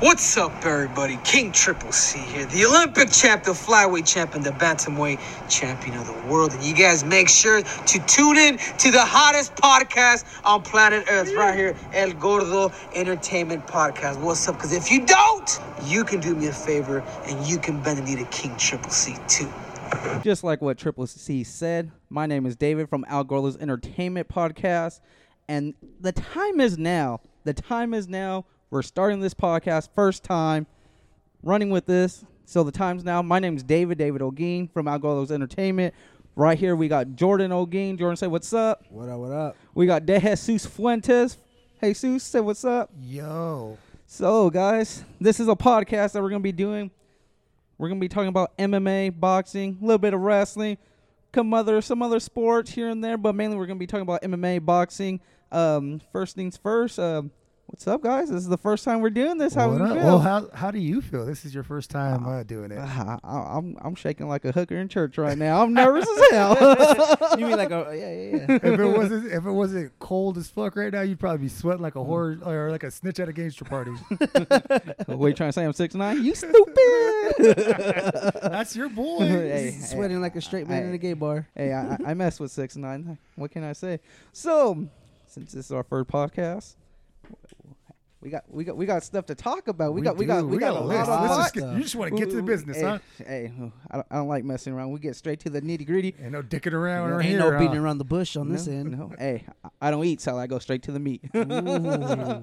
What's up, everybody? King Triple C here, the Olympic champ, the flyweight champ, and the bantamweight champion of the world. And you guys make sure to tune in to the hottest podcast on planet Earth, right here, El Gordo Entertainment Podcast. What's up? Because if you don't, you can do me a favor and you can bend the knee to King Triple C too. Just like what Triple C said, my name is David from Al Gorla's Entertainment Podcast, and the time is now. The time is now. We're starting this podcast first time, running with this. So the time's now. My name's David, David O'Gean from Al Gorla's Entertainment. Right here we got Jordan O'Gean. Jordan, say what's up. What up? What up? We got De Jesus Fuentes. Jesus, say what's up. Yo. So, guys, this is a podcast that we're going to be doing. We're going to be talking about MMA, boxing, a little bit of wrestling, some other, some other sports here and there, but mainly we're going to be talking about MMA, boxing. Um, first things first, um, what's up, guys? This is the first time we're doing this. How what we up? feel? Well, how how do you feel? This is your first time uh, doing it. I, I, I'm, I'm shaking like a hooker in church right now. I'm nervous as hell. You mean like a yeah yeah yeah? if it wasn't if it wasn't cold as fuck right now, you'd probably be sweating like a Mm. whore or like a snitch at a gangster party. what are you trying to say? I'm six nine. You stupid. That's your boy. Hey, hey. Sweating like a straight man in a gay bar. hey, I, I- I mess with six nine. What can I say? So, since this is our first podcast, we got we got we got stuff to talk about. We, We got we got do. we, got, a list. lot of Let's hot just get- you just want to get to the business, hey, huh? Hey, I don't, I don't like messing around. We get straight to the nitty gritty. Ain't no dicking around or Ain't here. no huh? beating around the bush on this end. No, hey, I- I don't eat so I go straight to the meat.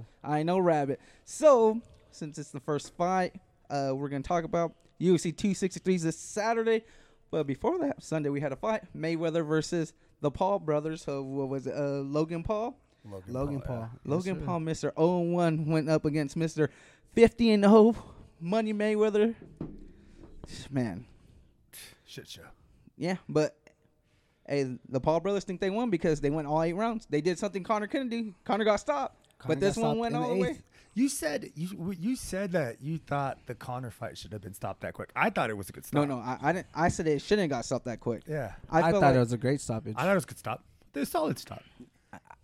I ain't no rabbit. So, since it's the first fight, uh, we're gonna talk about UFC 263s this Saturday. But before that, Sunday we had a fight: Mayweather versus the Paul brothers. So what was it? Uh, Logan Paul. Logan, Logan Paul. Logan Paul, Mister 0 1, went up against Mister 50 and 0, Money Mayweather. Man, Shit show. yeah, but hey, the Paul brothers think they won because they went all eight rounds. They did something Connor couldn't do. Connor got stopped, Connor but this got one stopped went in the all the way. eighth. You said you w- you said that you thought the Connor fight should have been stopped that quick. I thought it was a good No, stop. no, I, I didn't. I said it shouldn't have got stopped that quick. Yeah. I, I, felt thought like it was a great stoppage. I thought it was a good stop. They're solid stop.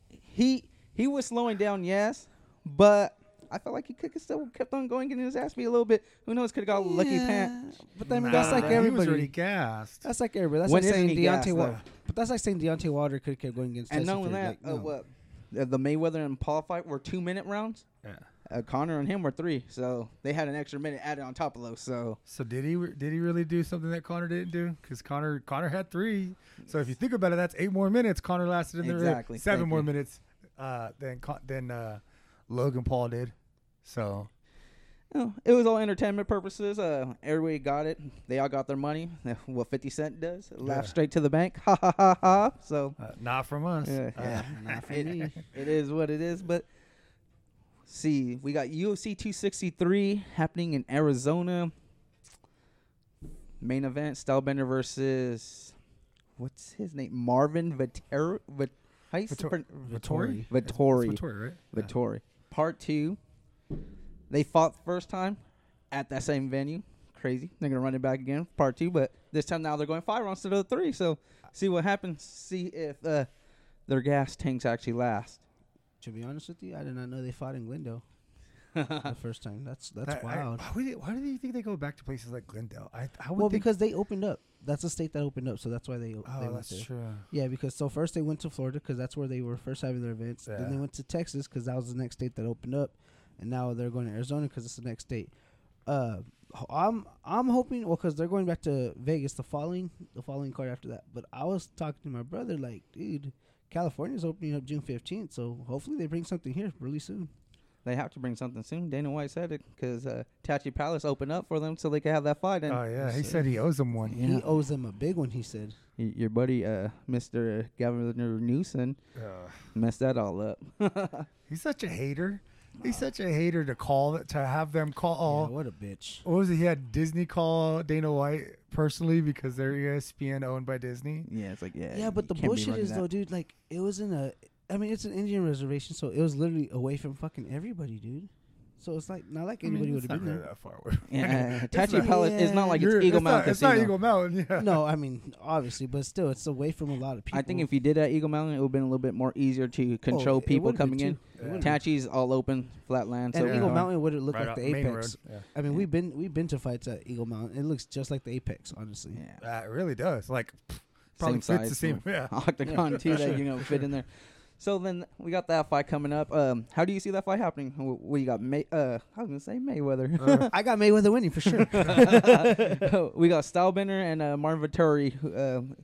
he he was slowing down, yes, but I felt like he could still kept on going, getting his ass beat a little bit. Who knows? Could have got a lucky Yeah, pant. But I mean, that's Nah, like He was already everybody. gassed. Uh, That's like everybody. That's When like saying isn't he gassed, Deontay. Wa- though? but that's like saying Deontay Wilder could keep going against. And Tyson knowing Fury. that, oh, Like, no. uh, what the, the Mayweather and Paul fight were two minute rounds. Yeah. Uh, Connor and him were three, so they had an extra minute added on top of those. So So did he re- did he really do something that Connor didn't do? Because Connor Connor had three. So if you think about it, that's eight more minutes. Connor lasted in there Exactly. seven Thank more you. minutes uh, than Con- than uh, Logan Paul did. So you know, Oh, it was all entertainment purposes. Uh, everybody got it. They all got their money. What Fifty Cent does, laugh Yeah. straight to the bank. Ha ha ha ha. So uh, not from us. yeah, Uh, yeah, it- it is what it is. But see, we got UFC 263 happening in Arizona. Main event: Stylebender versus what's his name? Marvin Viteri. Vit- how you Vittor- pron- Vittori? Vittori. It's Vittori, right? Vittori. Part two. They fought the first time at that same venue. Crazy. They're gonna run it back again, part two, but this time now they're going five rounds instead of the three. So see what happens. See if uh, their gas tanks actually last. to be honest with you, I did not know they fought in Glendale the first time. That's that's I- I- wild. why, would they- why do you think they go back to places like Glendale? I, I would well, think. because they opened up. That's a state that opened up, so that's why they. they oh, went that's there. true. Yeah, because so first they went to Florida because that's where they were first having their events. Then they Yeah. went to Texas because that was the next state that opened up, and now they're going to Arizona because it's the next state. Uh, ho- I'm I'm hoping well because they're going back to Vegas the following the following card after that. But I was talking to my brother like, dude, California's opening up June fifteenth, so hopefully they bring something here really soon. They have to bring something soon. Dana White said it because uh, Tachi Palace opened up for them so they could have that fight. And Oh yeah, he said he owes them one. He owes them a big one. He said. y- your buddy, uh, Mr. Governor Newsom, Ugh. messed that all up. uh, he's such a hater. He's such a hater to call to have them call. Yeah, what a bitch. what was it? He had Disney call Dana White personally because they're E ESPN owned by Disney. yeah, it's like yeah. Yeah, but you the can't be bullshit running is that. though, dude. Like it was in a. I mean, it's an Indian reservation, so it was literally away from fucking everybody, dude. So it's like not like I mean, anybody would it's have not been really there. that far away. Yeah, It's Tachi not- Palace is not like it's You're- Eagle it's not- Mountain. It's not Casino. Eagle Mountain. Yeah. No, I mean obviously, but still, it's away from a lot of people. I think if you did at Eagle Mountain, it would have been a little bit more easier to Oh, control it people would've been coming in. too. It would've been. Tachi's all open, flatland. So and we Eagle don't- Mountain would have looked Right like off the main apex. road, I mean, we've been we've been to fights at Eagle Mountain. It looks just like the apex, honestly. Yeah. Yeah. Uh, it really does. Like, pff, probably same fits the size same. Yeah. octagon too that you're gonna fit in there. So then we got that fight coming up. Um, how do you see that fight happening? Wh- We got May. Uh, I was gonna say Mayweather. I got Mayweather winning for sure. we got Stylebender and uh, Marvin Vittori. who, Um,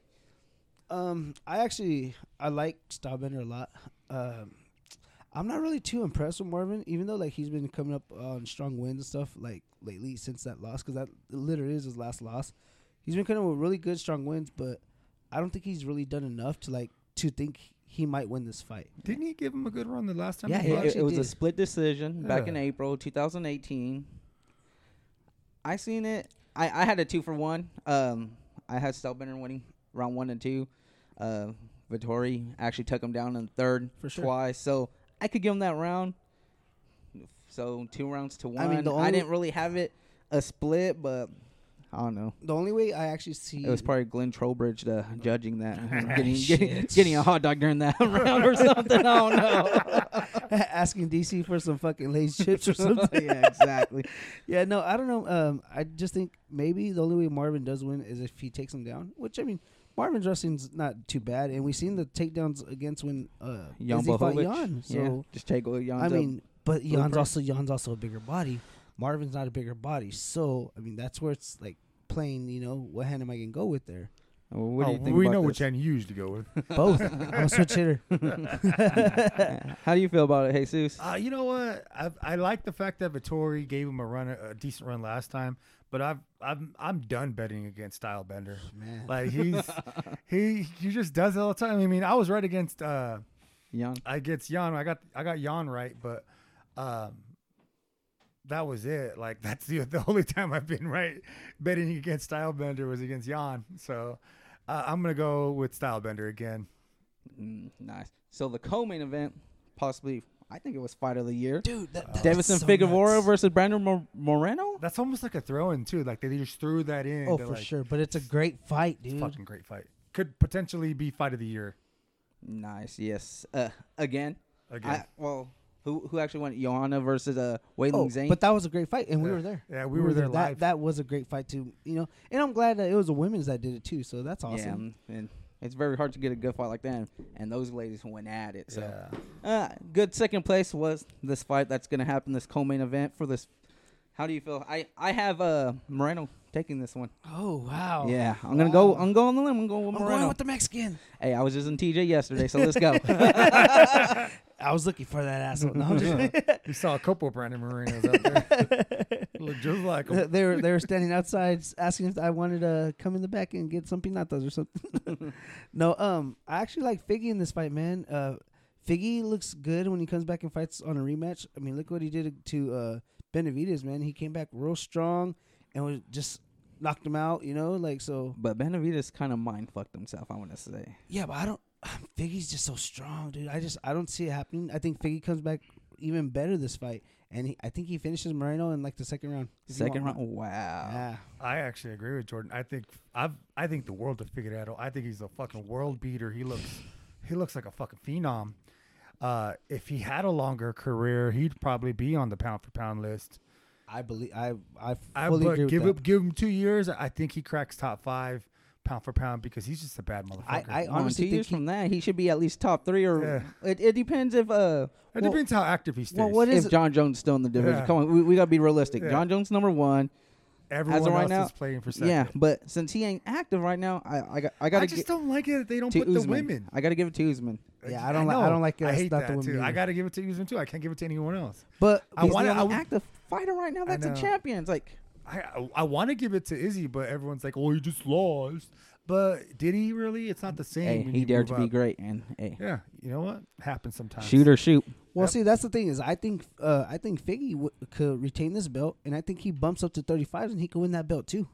Um, I actually I like Starbender a lot. Um, I'm not really too impressed with Marvin, even though like he's been coming up on strong wins and stuff like lately since that loss, because that literally is his last loss. He's been coming up with really good strong wins, but I don't think he's really done enough to like to think he might win this fight. Didn't he give him a good run the last time? Yeah, he he- it, fought? it was a did. split decision back in Yeah. April 2018. I seen it. I, I had a two for one. Um, I had Stylebender winning round one and two. Uh, Vittori actually took him down in the third For sure. twice. So I could give him that round. So two rounds to one. I I, mean, the only- didn't really have it a split, but I don't know. The only way I actually see It was probably Glenn Trowbridge uh, judging that, getting, getting getting a hot dog during that round or something. I don't know. asking DC for some fucking Lay's chips or something. yeah, exactly. Yeah, no, I don't know. Um, I just think maybe the only way Marvin does win is if he takes him down. Which I mean, Marvin's wrestling's not too bad, and we've seen the takedowns against when uh, Jan Izzy fought Blachowicz. Jan. yeah, So just take Jan's I mean, but Jan's blueprint. also Jan's also a bigger body. Marvin's not a bigger body, so I mean that's where it's like playing. You know, what hand am I gonna go with there? up. Well, what do Oh, you think we about know this? which end you used to go with. Both. I'm a switch hitter. How do you feel about it, Jesus? Uh, you know what? I I like the fact that Vittori gave him a run, a decent run last time, but I've I'm I'm done betting against Stylebender. Man. Like he's he he just does it all the time. I mean, I was right against uh Jan. against Jan. I got I got Jan right, but um that was it. Like that's the the only time I've been right betting against Stylebender was against Jan. So uh, I'm gonna go with Stylebender again. Mm, nice. So the co-main event, possibly, I think it was fight of the year. Dude, that, that Davison was so Figueroa nuts. versus Brandon Mor- Moreno. That's almost like a throw-in too. Like they just threw that in. Oh, to, for like, sure, but it's a great fight, dude. Fucking great fight. Could potentially be fight of the year Nice. Yes. Uh, again. again. I, well, who who actually went? Johanna versus uh Wailing Oh, Zane. but that was a great fight, and we Yeah. were there. Yeah, we were there That live. that was a great fight too. You know, and I'm glad that it was the women's that did it too. So that's yeah, awesome. um, and it's very hard to get a good fight like that. And those ladies went at it. So. yeah. Uh, good second place was this fight that's going to happen, this co-main event for this. How do you feel? I I have uh Moreno taking this one. Oh wow. yeah, I'm gonna go. Wow. I'm going on the limb. I'm going with I'm Moreno. going with the Mexican. hey, I was just in TJ yesterday, so let's go. I was looking for that asshole. No, I'm just- You saw a couple of Brandon Marinos out there. Look just like him. they were they were standing outside s- asking if I wanted to come in the back and get some pinatas or something. no, um, I actually like Figgy in this fight, man. Uh, Figgy looks good when he comes back and fights on a rematch. I mean, look what he did to uh, Benavides, man. He came back real strong and was just knocked him out. You know, like so. but Benavides kind of mind fucked himself. I want to say. Yeah, but I don't. Figgy's just so strong, dude. I just I don't see it happening. I think Figgy comes back even better this fight, and he, I think he finishes Moreno in like the second round. If you Second want- round. Wow. Yeah. I actually agree with Jordan. I think I've I think the world of Figueredo. I think he's a fucking world beater. He looks he looks like a fucking phenom. Uh, if he had a longer career, he'd probably be on the pound for pound list. I believe I I I fully but agree with give that. him give him two years. I think he cracks top five pound for pound because he's just a bad motherfucker. I, I Come on, two honestly think years he, from that, he should be at least top three, or Yeah. it, it depends if uh it well, depends how active he stays. well, what is if John Jones is still in the division. Yeah. Come on, we, we gotta be realistic. Yeah. John Jones number one. Everyone as of right else now- is playing for second. Yeah, but since he ain't active right now, I I got I gotta I just get don't like it that they don't to put the Usman. women. I gotta give it to Usman. Yeah, I don't like- I know. don't like it. I That's hate not the that women too. I either. got to give it to Usman too. I can't give it to anyone else. but I He's wanna- the I only w- active fighter right now. That's a know. champion. It's like I I, I want to give it to Izzy, but everyone's like, "Oh, he just lost." But did he really? It's not the same. hey, when he you dared to move be up. great, and hey, Yeah, you know what happens sometimes. shoot or shoot. well, Yep. see, that's the thing is, I think uh, I think Figgy w- could retain this belt, and I think he bumps up to thirty five, and he could win that belt too.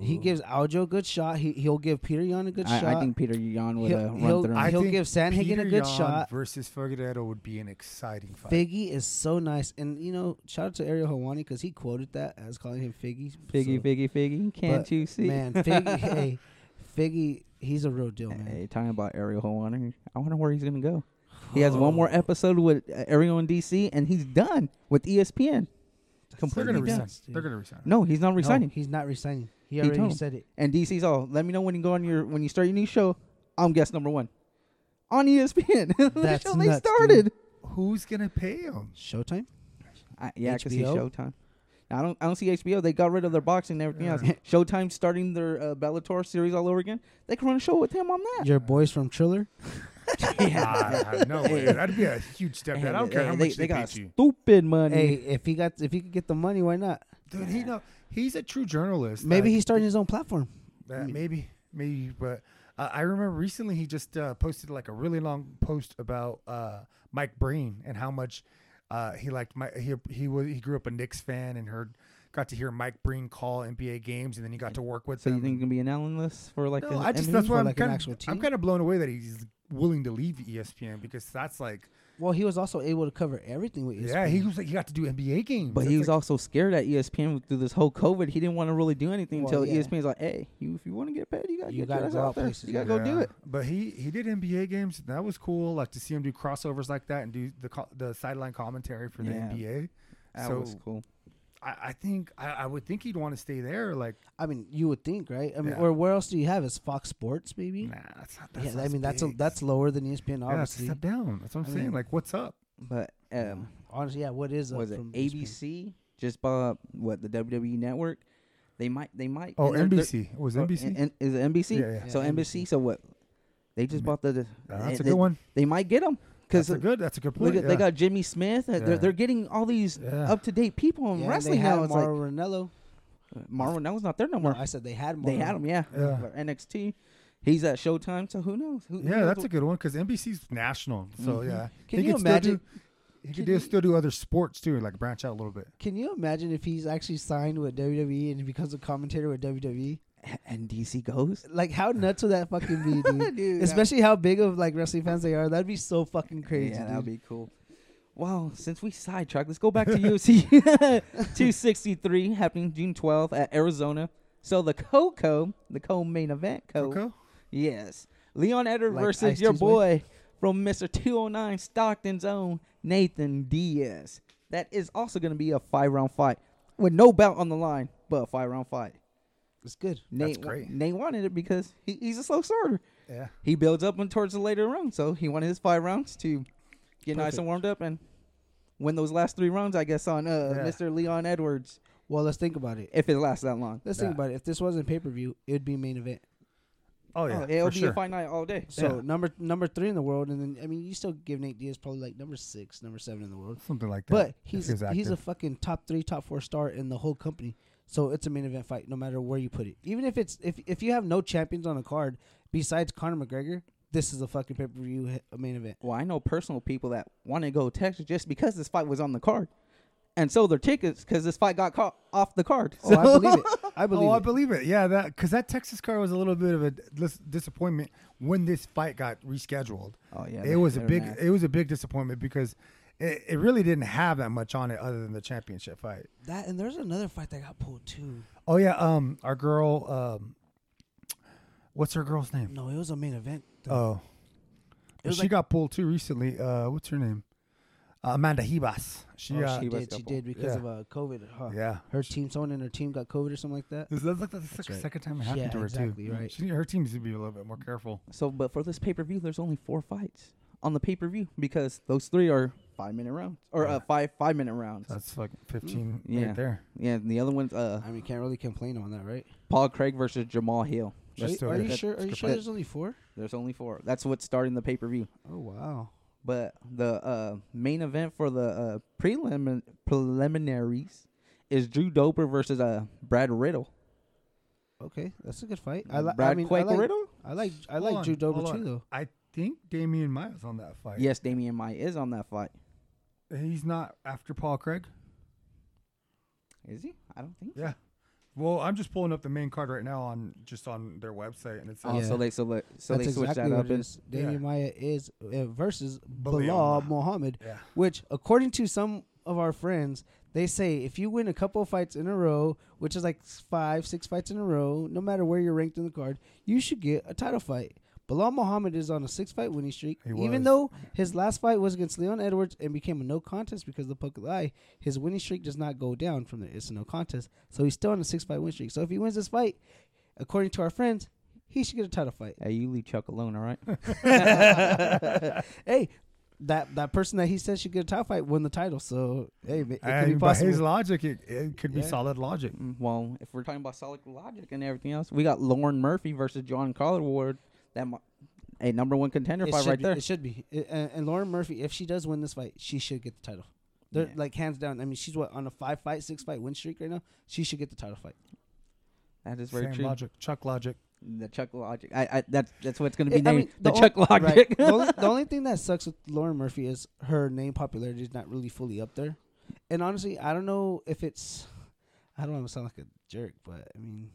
He gives Aljo a good shot. He he'll give Peter Yan a good I, shot. I think Peter Yan would He'll- uh, he'll- run through. I- him. he'll give Sandhagen a Peter good Yan shot. versus Figueredo would be an exciting fight. Figgy is so nice, and you know, shout out to Ariel Hawani because he quoted that as calling him Figgy. Figgy, so, figgy, figgy. Can't but, you see? Man, Figgy, hey, Figgy, he's a real deal, man. Hey, talking about Ariel Helwani, I wonder where he's gonna go. He has one Oh. more episode with uh, Ariel in DC, and he's done with E ESPN. They're Completely gonna done. resign. does, dude. They're gonna resign. No, he's not No, resigning. Oh, he's not resigning. He He already told him. said it. and DC's all. Let me know when you go on your when you start your new show. I'm guest number one on E ESPN. That's the show they nuts, dude. started. Who's gonna pay him? Showtime. I, yeah, I can see HBO? Showtime. I don't. I don't see HBO. They got rid of their boxing and everything else. Yeah. Showtime starting their uh, Bellator series all over again. They can run a show with him on that. Your boys from Triller. Nah, no way. That'd be a huge step down. I don't care how they, much they, they pay got you. stupid money. Hey, if he got, if he could get the money, why not? Dude, he know he's a true journalist. Maybe like, he's starting his own platform. Uh, maybe, maybe, but uh, I remember recently he just uh, posted like a really long post about uh, Mike Breen and how much uh, he liked Mike. He he was he grew up a Knicks fan and heard got to hear Mike Breen call NBA games and then he got to work with so you them. think you can be an analyst for like? Um, No, an I just NBA? that's for why I'm like an kind actual of I'm team? kind of blown away that he's willing to leave E ESPN because that's like Well, he was also able to cover everything E with E ESPN. yeah he was like he got to do NBA games. But That's he was like, also scared at E ESPN through this whole COVID. He didn't want to really do anything Well, until E yeah. ESPN's like, "Hey, you if you want to get paid, you gotta You get gotta your ass go out out there. places, you yeah. gotta go do Yeah. it." But he he did NBA games. and That was cool. Like to see him do crossovers like that and do the co- the sideline commentary for Yeah. the NBA. That so was cool. I, I think I, I would think he'd want to stay there. Like I mean, you would think, right? I mean, Yeah. or where else do you have? Is Fox Sports maybe? nah, that's not. That's Yeah, not I mean that's a, big. that's lower than E yeah, ESPN, that's a obviously. step down. That's what I I'm saying. mean- Like what's up? But um, Honestly, yeah. What is up was it from E ESPN? ABC just bought what the WWE network? They might. They might. Oh, and they're- they're- NBC It was oh, NBC. and- and- is it NBC? Yeah, yeah. So Yeah, NBC. So what? They just Ma- bought the. Uh, that's a they, good one. They might get them That's because a good. That's a good point. look at, they yeah. got Jimmy Smith. uh, Yeah. They're, they're getting all these Yeah. up to date people in Yeah, and they wrestling had now. It's Mauro Ranello. like Marvin Nell's not there no more. No, I said they had they Mauro. had him. Yeah. Yeah. But NXT. He's at Showtime. So who knows? Who, who yeah, knows that's what- a good one because NBC's national. So yeah, Mm-hmm. Can he you could still do- imagine- He can could do- you- still do other sports too, like branch out a little bit. Can you imagine if he's actually signed with WWE and he becomes a commentator with WWE? and DC goes. Like, how nuts would that fucking be, dude? Dude, that- Especially how big of like wrestling fans they are. That'd be so fucking crazy. Yeah, dude. that'd be cool. Wow, since we sidetracked, let's go back to UFC 263 happening June 12th at Arizona. So the Coco, the co-main event, Oh. Co. Coco? Yes, Leon Edwards Like versus Ice-T's your wife? boy from Mister 209 Stockton's own Nathan Diaz. That is also going to be a five-round fight with no bout on the line, but a five-round fight. it's good. Nate, wa- great. Nate wanted it because he, he's a slow starter. Yeah. He builds up and towards the later round, so he wanted his five rounds to get nice and warmed up and win those last three rounds, I guess, on uh, Yeah. Mr. Leon Edwards, Well, let's think about it. if it lasts that long. Let's Yeah. think about it. If this wasn't pay per view, it'd be main event. Oh yeah. Oh, it'll for be sure. a fight night all day. So Yeah. number number three in the world, and then I mean, you still give Nate Diaz probably like number six, number seven in the world. Something like that. But if he's he was he's a active. fucking top three, top four star in the whole company. So it's a main event fight, no matter where you put it. Even if it's if if you have no champions on a card besides Conor McGregor, this is a fucking pay per view he- a main event. Well, I know personal people that want to go to Texas just because this fight was on the card and sold their tickets because this fight got caught off the card. Oh, I So- believe it. I believe oh, I it. believe it. Yeah, that because that Texas card was a little bit of a dis- disappointment when this fight got rescheduled. Oh, yeah, they- it was a they're big mad. it was a big disappointment because it, it really didn't have that much on it other than the championship fight. that and there's another fight that got pulled too. Oh yeah, um, our girl, um, what's her girl's name? No, it was a main event. though. Oh, It was she like- got pulled too recently. Uh, what's her name? Uh, Amanda Hibas. She, Oh, uh, she- she was did. She couple. did because Yeah. of uh, COVID. Huh? yeah. Her team, someone in her team got COVID or something like that. This- That's like the sec- right. second time it happened Yeah, to her exactly, too. right. She, her team needs to be a little bit more careful. So, but for this pay per view, there's only four fights on the pay per view because those three are five minute rounds or uh, five five minute rounds. That's like 15 Mm, Yeah. right there. yeah, and the other one's uh, I mean, can't really complain on that, right? Paul Craig versus Jamal Hill. Are That's you, still are good. you That's sure? Are you good sure fight. there's only four? There's only four. That's what's starting the pay per view. Oh wow. But the uh, main event for the uh, prelimin- preliminaries is Drew Dober versus uh, Brad Riddle. Okay, that's a good fight. I, li- I Brad mean, I Quake like, Riddle? I like I Hold like on, Drew Dober hold too on. though. I think Damian Maya's on that fight. Yes, Damian Maya is on that fight. He's not after Paul Craig. Is he? I don't think. so. Yeah. Well, I'm just pulling up the main card right now on just on their website, and it says Oh, so Yeah. they so, they- so they That's switched exactly that what up. it And, is. Damian Yeah. Maya is uh, versus Bilal Bilal Muhammad. Muhammad, Yeah. which, according to some of our friends, they say if you win a couple of fights in a row, which is like s- five, six fights in a row, no matter where you're ranked in the card, you should get a title fight. Bilal Muhammad is on a six-fight winning streak. He Even was. though his last fight was against Leon Edwards and became a no contest because of the poke of the eye, his winning streak does not go down from there. It's a no contest, so he's still on a six-fight win streak. So if he wins this fight, according to our friends, he should get a title fight hey, you leave Chuck alone, all right? hey, that that person that he said should get a title fight won the title. So hey, it, it could be and by his possible. logic, it, it could be Yeah. solid logic. Mm, well, if we're talking about solid logic and everything else, we got Lauren Murphy versus John Collarwood. That mi- a number one contender It fight should, right be, there. it should be. It- and, and Lauren Murphy, if she does win this fight, she should get the title. They're, Yeah. Like hands down. I mean, she's what on a five fight, six fight win streak right now. She should get the title fight. That is very Same true. logic, Chuck logic. The Chuck logic. I, I that's that's what's going to Yeah, be I named. mean, the, the Chuck on- right. logic. the, only, the only thing that sucks with Lauren Murphy is her name popularity is not really fully up there. And honestly, I don't know if it's. I don't want to sound like a jerk, but I mean,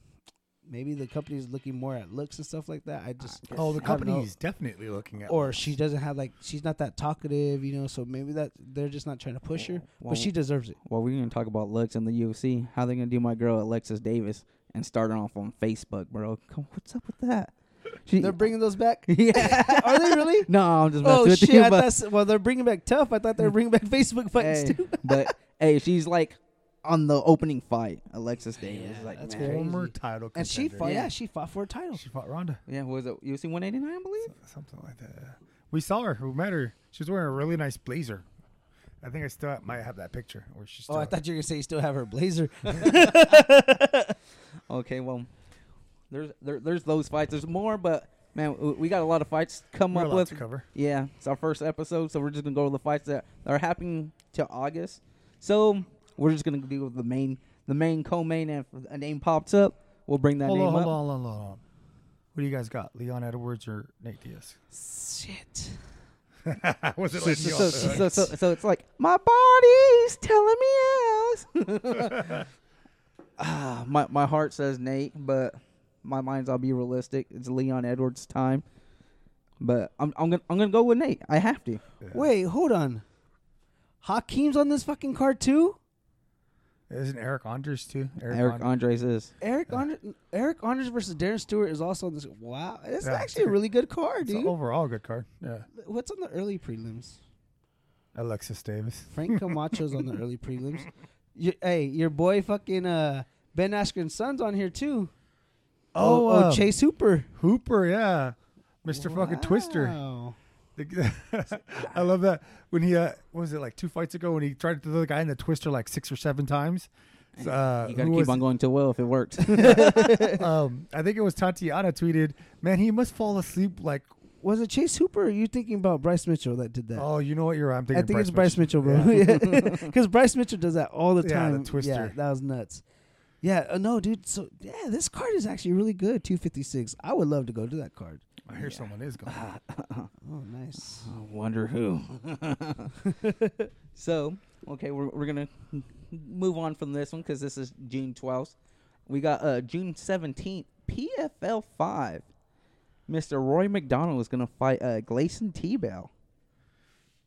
maybe the company is looking more at looks and stuff like that. I just Oh, the I don't know. company is definitely looking at. Or she doesn't have like she's not that talkative, you know. So maybe that they're just not trying to push her, Well- but she deserves it. well, we're going to talk about Lux and the UFC. How they going to do my girl Alexis Davis and start her off on Facebook, bro? Come, what's up with that? She, They're bringing those back. yeah. Are they really? no, I'm just messing Oh with shit! you, I but thought, well, they're bringing back tough. I thought they were bringing back Facebook fights hey, too. but hey, she's like on the opening fight. Alexis Davis, Yeah, like that's man. crazy. former title And she contender. fought. Yeah. Yeah. she fought for a title. She fought Ronda, Yeah, what was it UFC 189? I believe. something like that. yeah. We saw her. We met her. She was wearing a really nice blazer. I think I still ha- might have that picture. Or she's still. Oh, I thought you were gonna say you still have her blazer. Okay, well, there's there, there's those fights. There's more, but man, w- we got a lot of fights to come we're up allowed with. to cover. Yeah, it's our first episode, so we're just gonna go to the fights that are happening to August. So we're just gonna do the main, the main co-main, and if a name pops up, we'll bring that Hold name on, hold on, up. hold on, hold on. What do you guys got? Leon Edwards or Nate Diaz? Shit. was it So, like so, Leon? so, so, so, so it's like my body's telling me yes. Ah, my my heart says Nate, but my mind's I'll be realistic. It's Leon Edwards' time, but I'm I'm gonna I'm gonna go with Nate. I have to. Wait, hold on. Hakeem's on this fucking card too. Isn't Eric Anders too? Eric Andres. Andres is. Eric Andre, Eric Anders versus Darren Stewart is also on this. Wow, it's Yeah, actually a okay. really good card, It's an dude. overall good card. Yeah. What's on the early prelims? Alexis Davis. Frank Camacho's on the early prelims. Your, hey, your boy fucking uh, Ben Askren's son's on here too. Oh, oh, um, Chase Hooper, Hooper, yeah. Mr. Fucking Twister. Wow. The- I love that. When he, uh, what was it like two fights ago when he tried to throw the guy in the Twister like six or seven times? Uh, You gotta who keep was on going to well if it works. it? Um, I think it was Tatiana tweeted, man, he must fall asleep like, Was it Chase Hooper? Or are you thinking about Bryce Mitchell that did that? oh, you know what? You're right. I'm I thinking think it's Bryce Mitchell, bro. Because Bryce Mitchell does that all the Yeah, time. the twister. Yeah, that was nuts. Yeah, uh, no, dude. So yeah, this card is actually really good. Two fifty six. I would love to go to that card. I hear someone is going. Oh, nice. I wonder who. so, okay, we're, we're going to move on from this one because this is June 12th. We got uh, June 17th, PFL 5. Mr. Roy McDonald is going to fight uh, Glason T-Bell.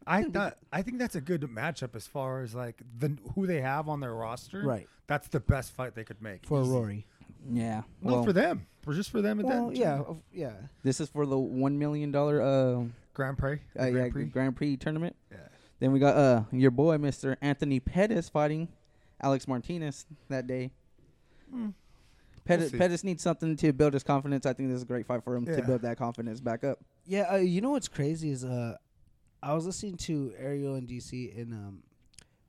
I thought, I think that's a good matchup as far as like the who they have on their roster. Right. That's the best fight they could make. For Easy. Rory. Yeah. Well, Well, for them. For just for them and Well, then yeah, of- yeah. this is for the $1 million uh, Grand Prix. uh, yeah, Grand Prix. Grand Prix tournament. Yeah. Then we got uh, your boy, Mr. Anthony Pettis, fighting Alex Martinez that day. Pettis, see. Pettis needs something to build his confidence. I think this is a great fight for him to Yeah. build that confidence back up. Yeah, uh, you know what's crazy is uh, I was listening to Ariel in DC and um,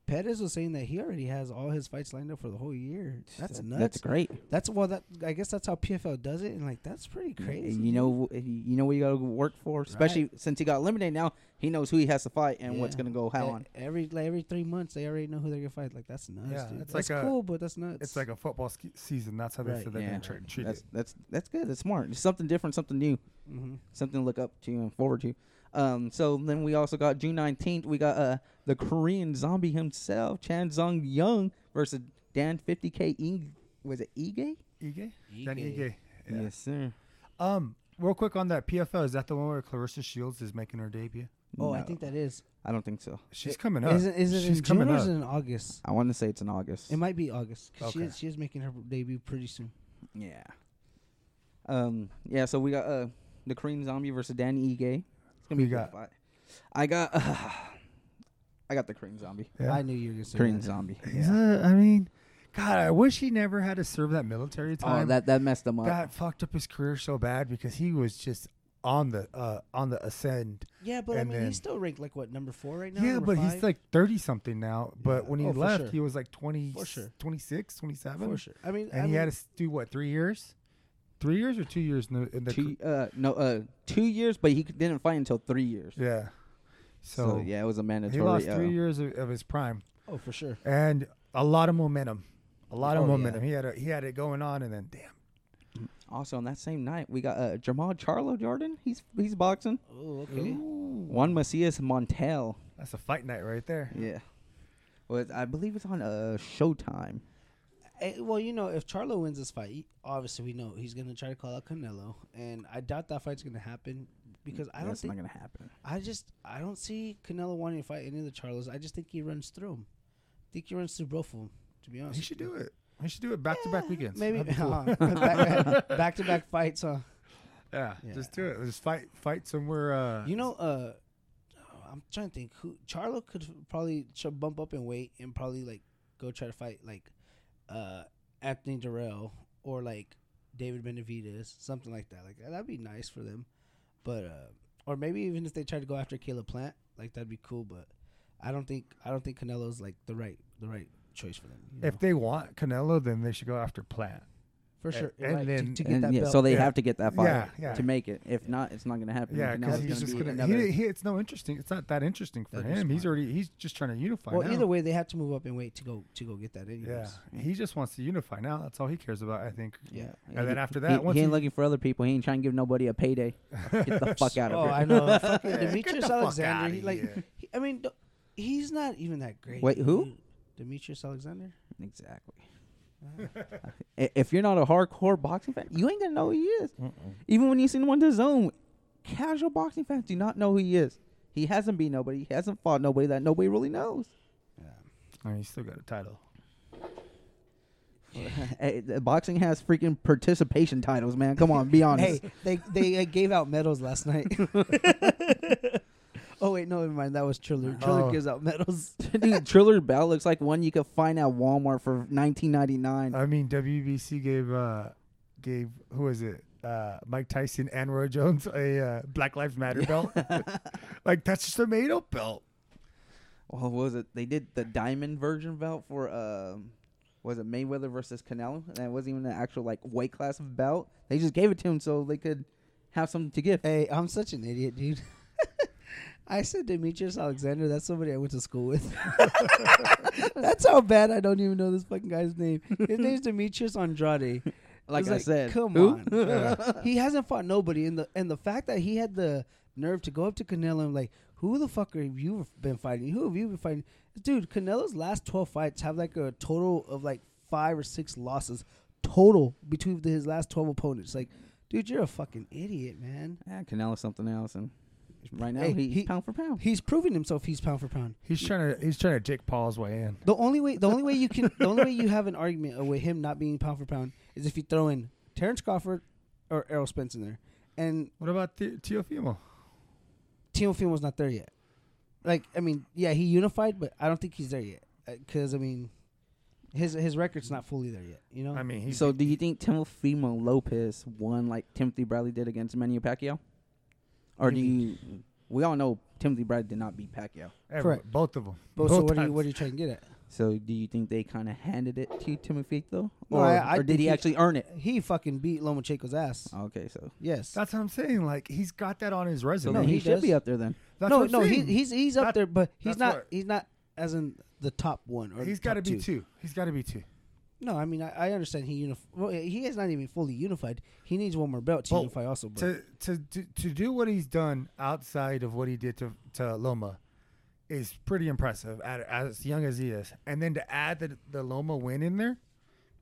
Pettis was saying that he already has all his fights lined up for the whole year. That's That- nuts. That's great. That's well, that I guess that's how PFL does it, and like that's pretty crazy. You know, you know what you got to work for, especially since he got eliminated. Now he knows who he has to fight and what's Yeah. going to go how E- on. Every like every three months, they already know who they're gonna fight. Like that's nuts. Yeah, dude. it's that's like a- cool, but that's nuts. It's like a football ski- season. That's how they Right, said they're yeah. gonna try to treat That's it. Mm-hmm. that's that's good. That's smart. It's something different, something new, Mhm. something to look up to and forward to. Um, so then we also got June nineteenth. We got uh the Korean zombie himself, Chan Zong Young versus Dan Fifty K Ing Was it Ige? Ige? Danny Ige. Ige. Yeah. Yes, sir. Um, real quick on that PFL, is that the one where Clarissa Shields is making her debut? Oh, I No, think that is. I don't think so. She's It- coming up. Is it, is it She's in June coming or up. is it in August? I want to say it's in August. It might be August 'cause she Okay. is, she is making her debut pretty soon. yeah. Um. Yeah. So we got uh the Korean Zombie versus Danny Ige. It's Who gonna be you a got? good fight. I got. I got the Korean Zombie. Yeah. I knew you were gonna say Korean that. Zombie. He's yeah. a- I mean, God, I wish he never had to serve that military time. Oh, that that messed them up. that fucked up his career so bad because he was just on the uh, on the ascend. Yeah, but I And mean, then- he's still ranked like what number four right now. yeah, number but five? he's like 30 something now, but Yeah. when he Oh, for left, sure. he was like 20 For sure. 26, 27. for sure. I mean, And I he mean, had to s- do what? 3 years? 3 years or 2 years in the, in the two, uh, no, uh, two years, but he didn't fight until three years. cr- Yeah. So, So, yeah, it was a mandatory. he lost 3 uh, years of, of his prime oh for sure. and a lot of momentum. A lot Oh, of yeah. momentum. He had a, he had it going on and then damn. Also, on that same night, we got uh, Jamal Charlo Jordan. He's he's boxing. Oh okay. Juan Macias Montel. That's a fight night right there. Yeah. Well, I believe it's on uh, Showtime. Eh, well, you know, if Charlo wins this fight, he- obviously we know he's gonna try to call out Canelo, and I doubt that fight's gonna happen because I don't That's think not gonna happen. I just I don't see Canelo wanting to fight any of the Charlos. I just think he runs through him. I think he runs through both of them. To be honest, He should do it. He should do it back to back weekends. Maybe Oh, That'd be cool. back to back fights. Huh? Yeah, Yeah. just do it. Just fight, fight somewhere. Uh, You know, uh, I'm trying to think who Charlo could probably ch- bump up in weight and probably like go try to fight like uh Anthony Durrell or like David Benavides, something like that. Like that'd be nice for them. But uh or maybe even if they try to go after Caleb Plant, like that'd be cool, but I don't think I don't think Canelo's like the right the right choice for them. you if know? they want Canelo, then they should go after Plant. for sure. and right, to- then- to, get And that yeah, belt. so they Yeah. have to get that fight Yeah, yeah. to make it. If not, it's not gonna happen. Yeah, And because now he's it's just gonna be gonna. another- He, he, it's no interesting. It's not that interesting for That'd be him. He's smart. already. He's just trying to unify. well, now. either way, they have to move up in weight to go to go get that. Anyways. Yeah, he just wants to unify now. That's all he cares about. I think. Yeah. And then after he, that, once he ain't he- looking for other people. He ain't trying to give nobody a payday. Get the fuck out Oh, of I here. know. Fucking get the Demetrius fuck Alexander. outta He, like, here. he, I mean, d- he's not even that great. Wait, who? dude. Demetrius Alexander. Exactly. I- if you're not a hardcore boxing fan, you ain't gonna know who he is. Even when you seen him on the zone, casual boxing fans do not know who he is. He hasn't beat nobody. He hasn't fought nobody that nobody really knows. I mean, he's still got a title. Eh, eh, boxing has freaking participation titles, man. Come on, be honest. Hey, they they uh, gave out medals last night. oh wait, no, never mind. That was Triller. Triller Oh. gives out medals. Dude, Triller's Bell looks like one you could find at Walmart for 19.99. I mean, WBC gave uh, gave who is it? Uh, Mike Tyson and Roy Jones a uh, Black Lives Matter belt. like that's just a made up belt. Well, what was it? They did the diamond version belt for um, was it Mayweather versus Canelo? And it wasn't even an actual like weight class belt. They just gave it to him so they could have something to give. Hey, I'm such an idiot, dude. I said Demetrius Alexander. That's somebody I went to school with. that's how bad I don't even know this fucking guy's name. His name's Demetrius Andrade. Like It's I said, come who? on. he hasn't fought nobody, and the and the fact that he had the nerve to go up to Canelo and like, who the fuck have you been fighting? Who have you been fighting? Dude, Canelo's last twelve fights have like a total of like five or six losses total between the- his last twelve opponents. Like, dude, you're a fucking idiot, man. Yeah, Canelo's something else, and right now Hey, he's he- pound for pound. He's proving himself. He's pound for pound. He's trying to. He's trying to Jake Paul's way in. The only way the only way you can the only way you have an argument of with him not being pound for pound is if you throw in Terrence Crawford or Errol Spence in there, and What about the- Teofimo? Teofimo's not there yet. Like I mean, yeah, he unified, but I don't think he's there yet because I mean, his his record's not fully there yet. You know, I mean, he's So, do you think Timofimo Lopez won like Timothy Bradley did against Manny Pacquiao, or do you? We all know Timothy Bradley did not beat Pacquiao. Everyone- Correct. Both of them. but so what are you times. what are you trying to get at? So, do you think they kind of handed it to Timofey though, No, or, I- I or think did he he- actually earn it? He fucking beat Lomachenko's ass. Oh. Okay, so Yes. That's what I'm saying. Like he's got that on his so resume. then he, he should be does. up there then. That's no, what I'm no, he, saying. he's he's up That- there, but he's that's not what- he's not as in the top one or he's got to be 2 He's got to be two. No, I mean I, I understand he unif- well, he is not even fully unified. He needs one more belt to Well, unify also. But To, to to to do what he's done outside of what he did to to Loma is pretty impressive at, as young as he is. And then to add the the Loma win in there,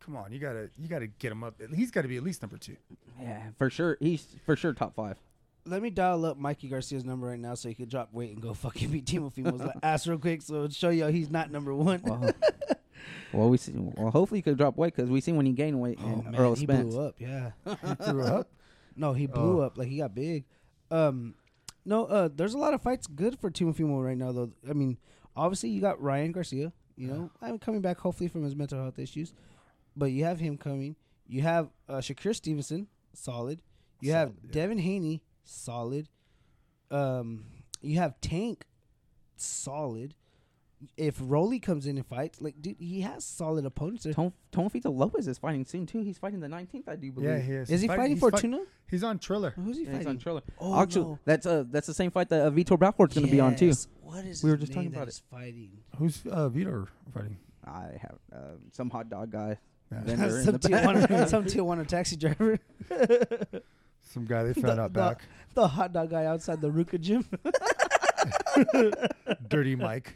Come on, you gotta you gotta get him up. He's got to be at least number two. Yeah, for sure. He's for sure top five. Let me dial up Mikey Garcia's number right now so he can drop weight and go fucking beat Timo Fimo's ass real quick so it'll show y'all he's not number one. Wow. Well, we see. Well, hopefully he could drop weight because we seen when he gained weight Oh, and man, Earl he Spence. blew up. Yeah, He threw up. no, he blew Oh. up. Like he got big. Um, no, uh, there's a lot of fights good for Timofimo right now, though. I mean, obviously you got Ryan Garcia. You know, I'm coming back hopefully from his mental health issues, but you have him coming. You have uh, Shakir Stevenson, solid. You have Solid, yeah. Devin Haney, solid. Um, you have Tank, solid. If Rolly comes in and fights, like dude, he has solid opponents. There. Tom Fito Lopez is fighting soon too. He's fighting the 19th, I do believe. Yeah, he is. Is he Fight- fighting he's for fight- Tuna? He's on Triller. Who's he Yeah, he's fighting? on Triller. Oh, Actually, no. that's uh that's the same fight that uh, Vitor Belfort's going to be on too. Yes. What is We his were just name talking that about is Fighting Who's uh, Vitor fighting? I have uh, some hot dog guy. Yeah. vendor in some the back. Tijuana, some Tijuana taxi driver, Some guy they found The- out the- back. the hot dog guy outside the Ruka gym, Dirty Mike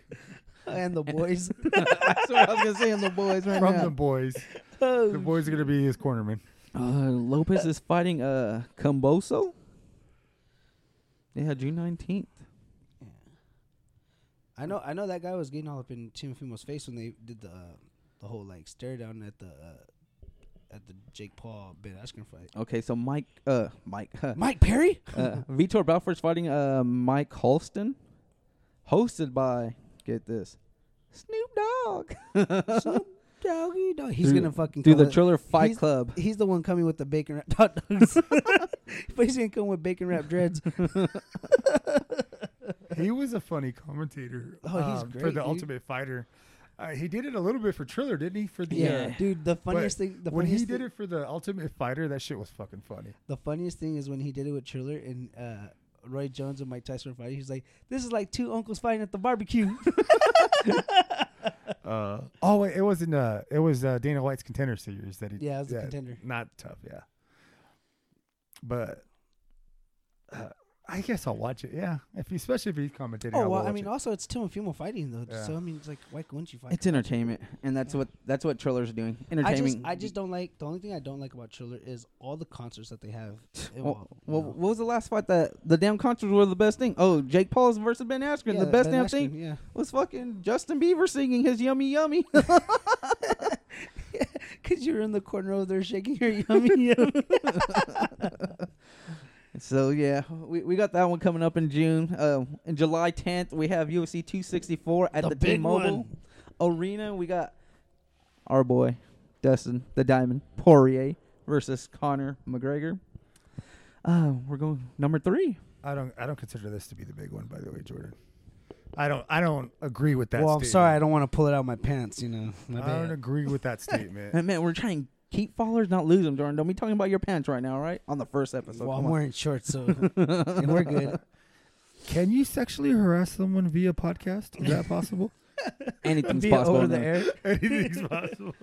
and the boys. That's what I was going to say in the boys right from now. the boys. The boys are gonna be his cornerman. Uh, Lopez is fighting uh Comboso. Yeah, June 19th. I know, I know that guy was getting all up in Timofimo's face when they did the uh, the whole like stare down at the uh, at the Jake Paul Ben Askren fight. Okay, so Mike uh Mike huh. Mike Perry. uh, Vitor Belfort's fighting uh, Mike Holston, hosted by get this Snoop Dogg. Snoop Doggy dog. He's Through- gonna fucking through come the with- Triller Fight he's- Club. He's the one coming with the bacon wrap hot dogs, but he's gonna come with bacon wrap dreads. He was a funny commentator. um, Oh, he's for great, the dude. Ultimate Fighter. Uh, he did it a little bit for Triller, didn't he? For the Yeah, uh, dude. The but funniest thing. The when funniest he did thing, it for the Ultimate Fighter, that shit was fucking funny. The funniest thing is when he did it with Triller and uh, Roy Jones and Mike Tyson were fighting. He's like, "This is like two uncles fighting at the barbecue." Uh, oh wait, it wasn't. Uh, it was uh, Dana White's contender series that he. Yeah, it was the contender. Not tough, yeah. But uh, I guess I'll watch it. Yeah, if he, especially if he's commentating. oh I'll well, I watch mean, it. also it's Tim and Fumo fighting though. Yeah. So I mean, it's like, why couldn't you fight? It's entertainment, and that's what that's what Triller's doing. I just, Entertaining. I just don't like. The only thing I don't like about Triller is all the concerts that they have. Well, involved, you well, know? what was the last fight that the damn concerts were the best thing? Oh, Jake Paul's versus Ben Askren. Yeah, the best Ben damn Askren, thing Yeah. was fucking Justin Bieber singing his "Yummy Yummy." Because you're in the corner over there shaking your yummy yum. so yeah, we, we got that one coming up in June. Uh, in July 10th, we have UFC 264 at The the, big T-Mobile one. Arena. We got our boy Dustin the Diamond Poirier versus Conor McGregor. Uh, we're going number three. I don't. I don't consider this to be the big one, by the way, Jordan. I don't. I don't agree with that. well, I'm statement. sorry, I don't want to pull it out of my pants. You know, my I don't bad. agree with that statement. And man, we're trying to keep followers, not lose them, Jordan. Don't be talking about your pants right now, all right? On the first episode. well, come I'm on. wearing shorts, so and we're good. Can you sexually harass someone via podcast? Is that possible? Anything's Be possible. over the now. air. Anything's possible.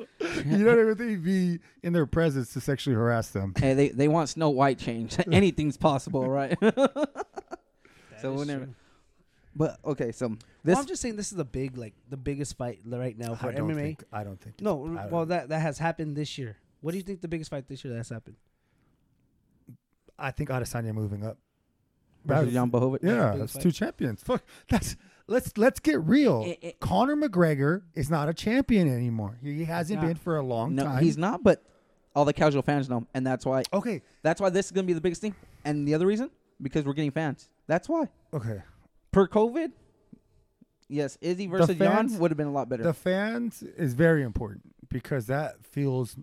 You don't even think be in their presence to sexually harass them. Hey, they, they want Snow White change. Anything's possible, right? so is whenever. true. But okay, so Well, this I'm just saying this is the big, like the biggest fight li- right now for I don't MMA. think. I don't think. no, I don't- well that that has happened this year. What do you think the biggest fight this year that's happened? I think Adesanya moving up. That versus was- Jan Bohovic. yeah, big that's fight. two champions. Fuck, that's let's let's get real. It- it- Conor McGregor is not a champion anymore. He hasn't not. been for a long No, time. he's not, but all the casual fans know, and that's why okay. that's why this is gonna be the biggest thing. And the other reason, because we're getting fans. That's why. Okay, Per COVID, yes, Izzy versus fans- Jan would have been a lot better. the fans is very important because that feels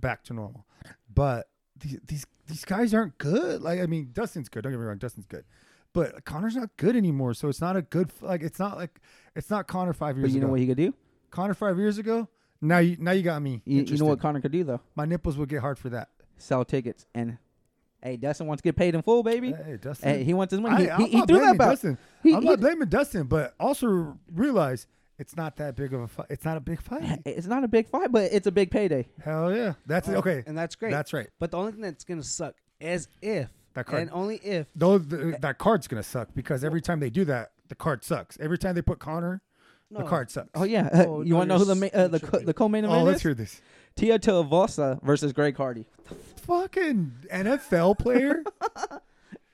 back to normal. But these these, these guys aren't good. Like I mean, Dustin's good. Don't get me wrong, Dustin's good. But Connor's not good anymore, so it's not a good f- like. It's not like it's not Connor five years but you ago. know what he could do? Connor five years ago. Now you now you got me. You, you know interested. what Connor could do though? My nipples would get hard for that. Sell tickets and hey, Dustin wants to get paid in full, baby. Hey, Dustin. Hey, he wants his money. I, He- I'm he, he not threw blaming that out. Dustin. He- I'm he- not blaming Dustin, but also realize it's not that big of a fight. It's not a big fight. It's not a big fight, but it's a big payday. Hell yeah, that's it. okay. and that's great. That's right. But the only thing that's gonna suck is if That card. and only if Though th- that card's gonna suck because every time they do that, the card sucks. Every time they put Connor, No. the card sucks. Oh yeah, Oh, you no, want to know who you're the ma- s- uh, you're the co- tripping. the co-main event Oh, let's is? hear this. Tia Tuivasa versus Greg Hardy, Fucking NFL player.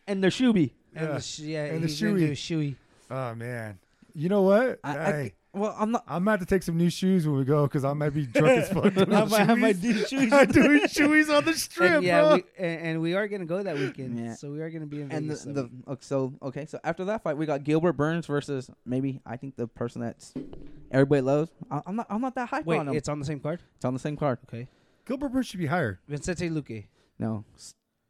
and the Shubi. And Yeah. the, sh- yeah, And the he's gonna do a shoey. oh man. You know what? I, I- hey, well, I'm not. I, am about to take some new shoes when we go because I might be drunk as fuck. doing I might have my new shoeys. shoes. I'm doing shoeys on the strip, And yeah, bro. we, and, and we are gonna go that weekend. Yeah. So we are gonna be in And the, Vegas. that the weekend. okay, so okay, so after that fight, we got Gilbert Burns versus maybe I think the person that's everybody loves. I, I'm not. I'm not that hyped wait, on him. It's, it's on the same card. on the same card. Okay, Gilbert Burns should be higher. Vincente Luque, No,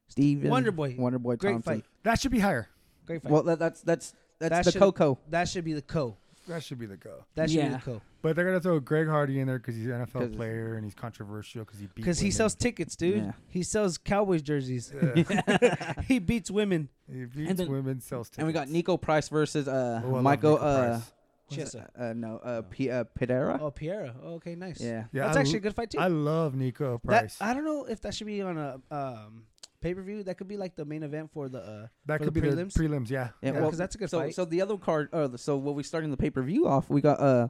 Steven Wonderboy. Wonderboy great Thompson. fight, That should be higher. great fight. Well, that, that's that's that's That the should- Coco. that should be the co. That should be the go. That should be Yeah. the co. But they're gonna throw Greg Hardy in there because he's an 'Cause NFL it's- player and he's controversial because he beat. Because he women. sells tickets, dude. Yeah. He sells Cowboys jerseys. Yeah. he beats women. he beats then- women, sells tickets. And we got Nico Price versus uh, Oh, I love Michael Nico uh, Price. what's Chiesa. that? Uh, no, uh, P- uh, Pedera. Oh, Piera. Oh, okay, nice. Yeah. Yeah, that's I actually l- a good fight too. I love Nico that, Price. That, I don't know if that should be on a um, pay per view. That could be like the main event for the uh, for could be the prelims. the prelims. Yeah. Yeah, Yeah, well, 'cause that's a good so, fight. So the other card, uh, the- so what we starting the pay per view off? We got uh,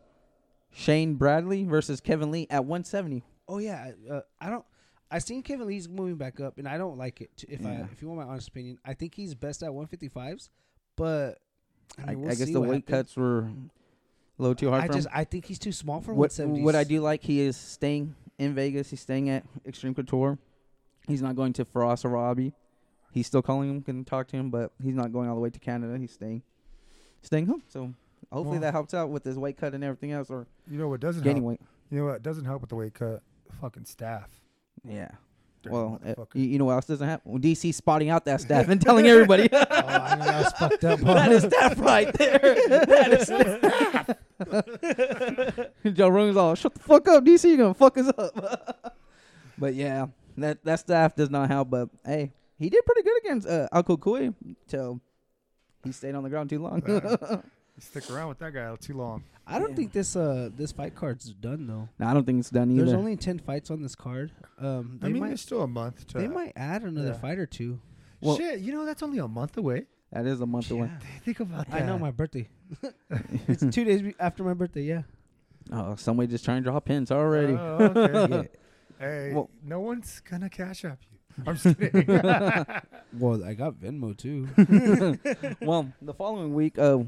Shane Bradley versus Kevin Lee at 170. oh yeah, I- uh, I don't. I seen Kevin Lee's moving back up, and I don't like it. t- If I Yeah. if you want my honest opinion, I think he's best at 155s, but I, I, mean, we'll I guess see the what weight happens. cuts were a little too hard I for just him. I think he's too small for What, 170s. what I do like, he is staying in Vegas. He's staying at Extreme Couture. He's not going to Faraz Arabi. He's still calling him, can talk to him, but he's not going all the way to Canada. He's staying, staying home. So hopefully Well- that helps out with his weight cut and everything else, or You know what doesn't gaining help? weight. You know what doesn't help with the weight cut? Fucking staff. Yeah. Dirty Well, uh, motherfucker. you, you know what else doesn't happen? Well, DC spotting out that staff and telling everybody. Oh, I know that was fucked up. that is staff right there. That is staff. Joe Rogan's all, shut the fuck up, DC. You're going to fuck us up. but yeah, that, that staff does not help. But hey, he did pretty good against uh, Al Kukui till he stayed on the ground too long. Uh, you stick around with that guy too long. I don't Yeah. think this uh this fight card's done though. no, I don't think it's done either. There's only ten fights on this card. Um, they I mean, might there's still a month. To they might add another yeah. fight or two. Well- Shit, you know that's only a month away. that is a month away. Yeah. Think about I know my birthday. it's two days be- after my birthday. Yeah. Oh, somebody just trying to draw pins already. Oh, okay. yeah. Hey, Well- no one's gonna cash up you. I'm just kidding. Well, I got Venmo too. well, the following week, uh,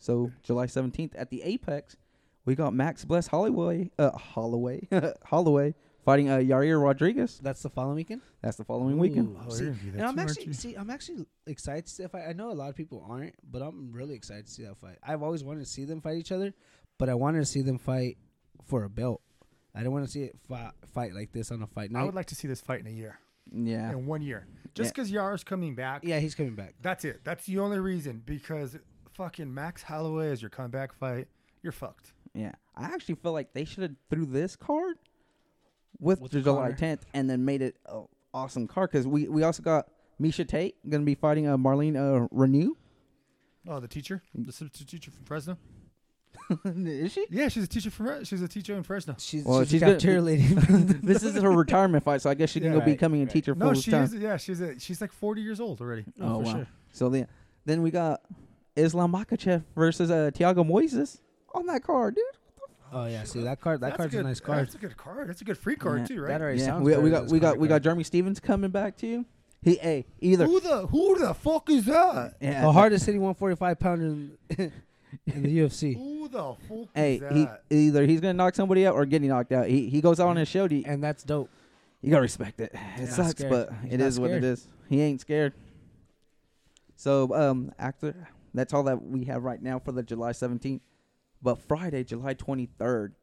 so July seventeenth at the Apex, we got Max Bless Holloway, uh, Holloway, Holloway fighting uh, Yair Rodriguez. That's the following weekend. That's the following weekend. Ooh, Oh, see, you're gonna do that and I'm too, aren't actually you? see, I'm actually excited to see that fight. I know a lot of people aren't, but I'm really excited to see that fight. I've always wanted to see them fight each other, but I wanted to see them fight for a belt. I didn't want to see it fi- fight like this on a fight night. I would like to see this fight in a year, Yeah, in one year, just because Yara's coming back. yeah, he's coming back. That's it. That's the only reason because fucking Max Holloway is your comeback fight. You're fucked. yeah. I actually feel like they should have threw this card with, With the July Connor. tenth and then made it an awesome card because we we also got Misha Tate gonna be fighting uh, Marlene uh, Renew. Oh, the teacher, the substitute teacher from Fresno. Is she? Yeah, she's a teacher from Fre- she's a teacher in Fresno. She's, Well, she's, she's a gonna- cafeteria lady. this is her retirement fight, so I guess she can Yeah, go right, becoming a teacher No, full she time. is. Yeah, she's a, she's like 40 years old already. Oh, for sure. So then, then we got Islam Makachev versus uh, Tiago Moises on that card, dude. oh yeah, see that card. That That's card's good, a nice card. That's a good card. That's a good free card Yeah, too, That right? already sounds we, better we than got this we got Connor we got card. Jeremy Stevens coming back to you. He hey either Who the who the fuck is that? yeah, the hardest hitting 145 pounder in, in the UFC, Who the fuck Hey, is that? he, either he's gonna knock somebody out or getting knocked out. He he goes out on his show. You, and that's dope. you gotta respect it. It not sucks, scared. but He's it not is what it scared. is. He ain't scared. So um, after that's all that we have right now for the July seventeenth, but Friday, July twenty third,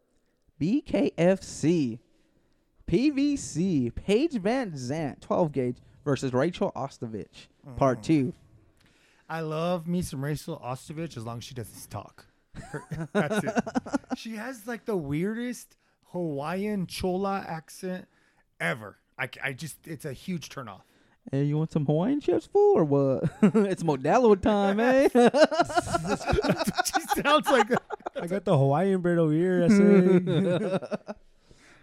BKFC, PVC, Paige Van Zant, twelve gauge versus Rachel Ostovich, part Mm. two. I love me some Rachel Ostovich as long as she doesn't talk. Her- That's it. she has like the weirdest Hawaiian Chola accent ever. I, c- I just, it's a huge turnoff. Hey, you want some Hawaiian chips, fool, or what? it's Modelo time, eh? she sounds like that. I got the Hawaiian bread over here. I say.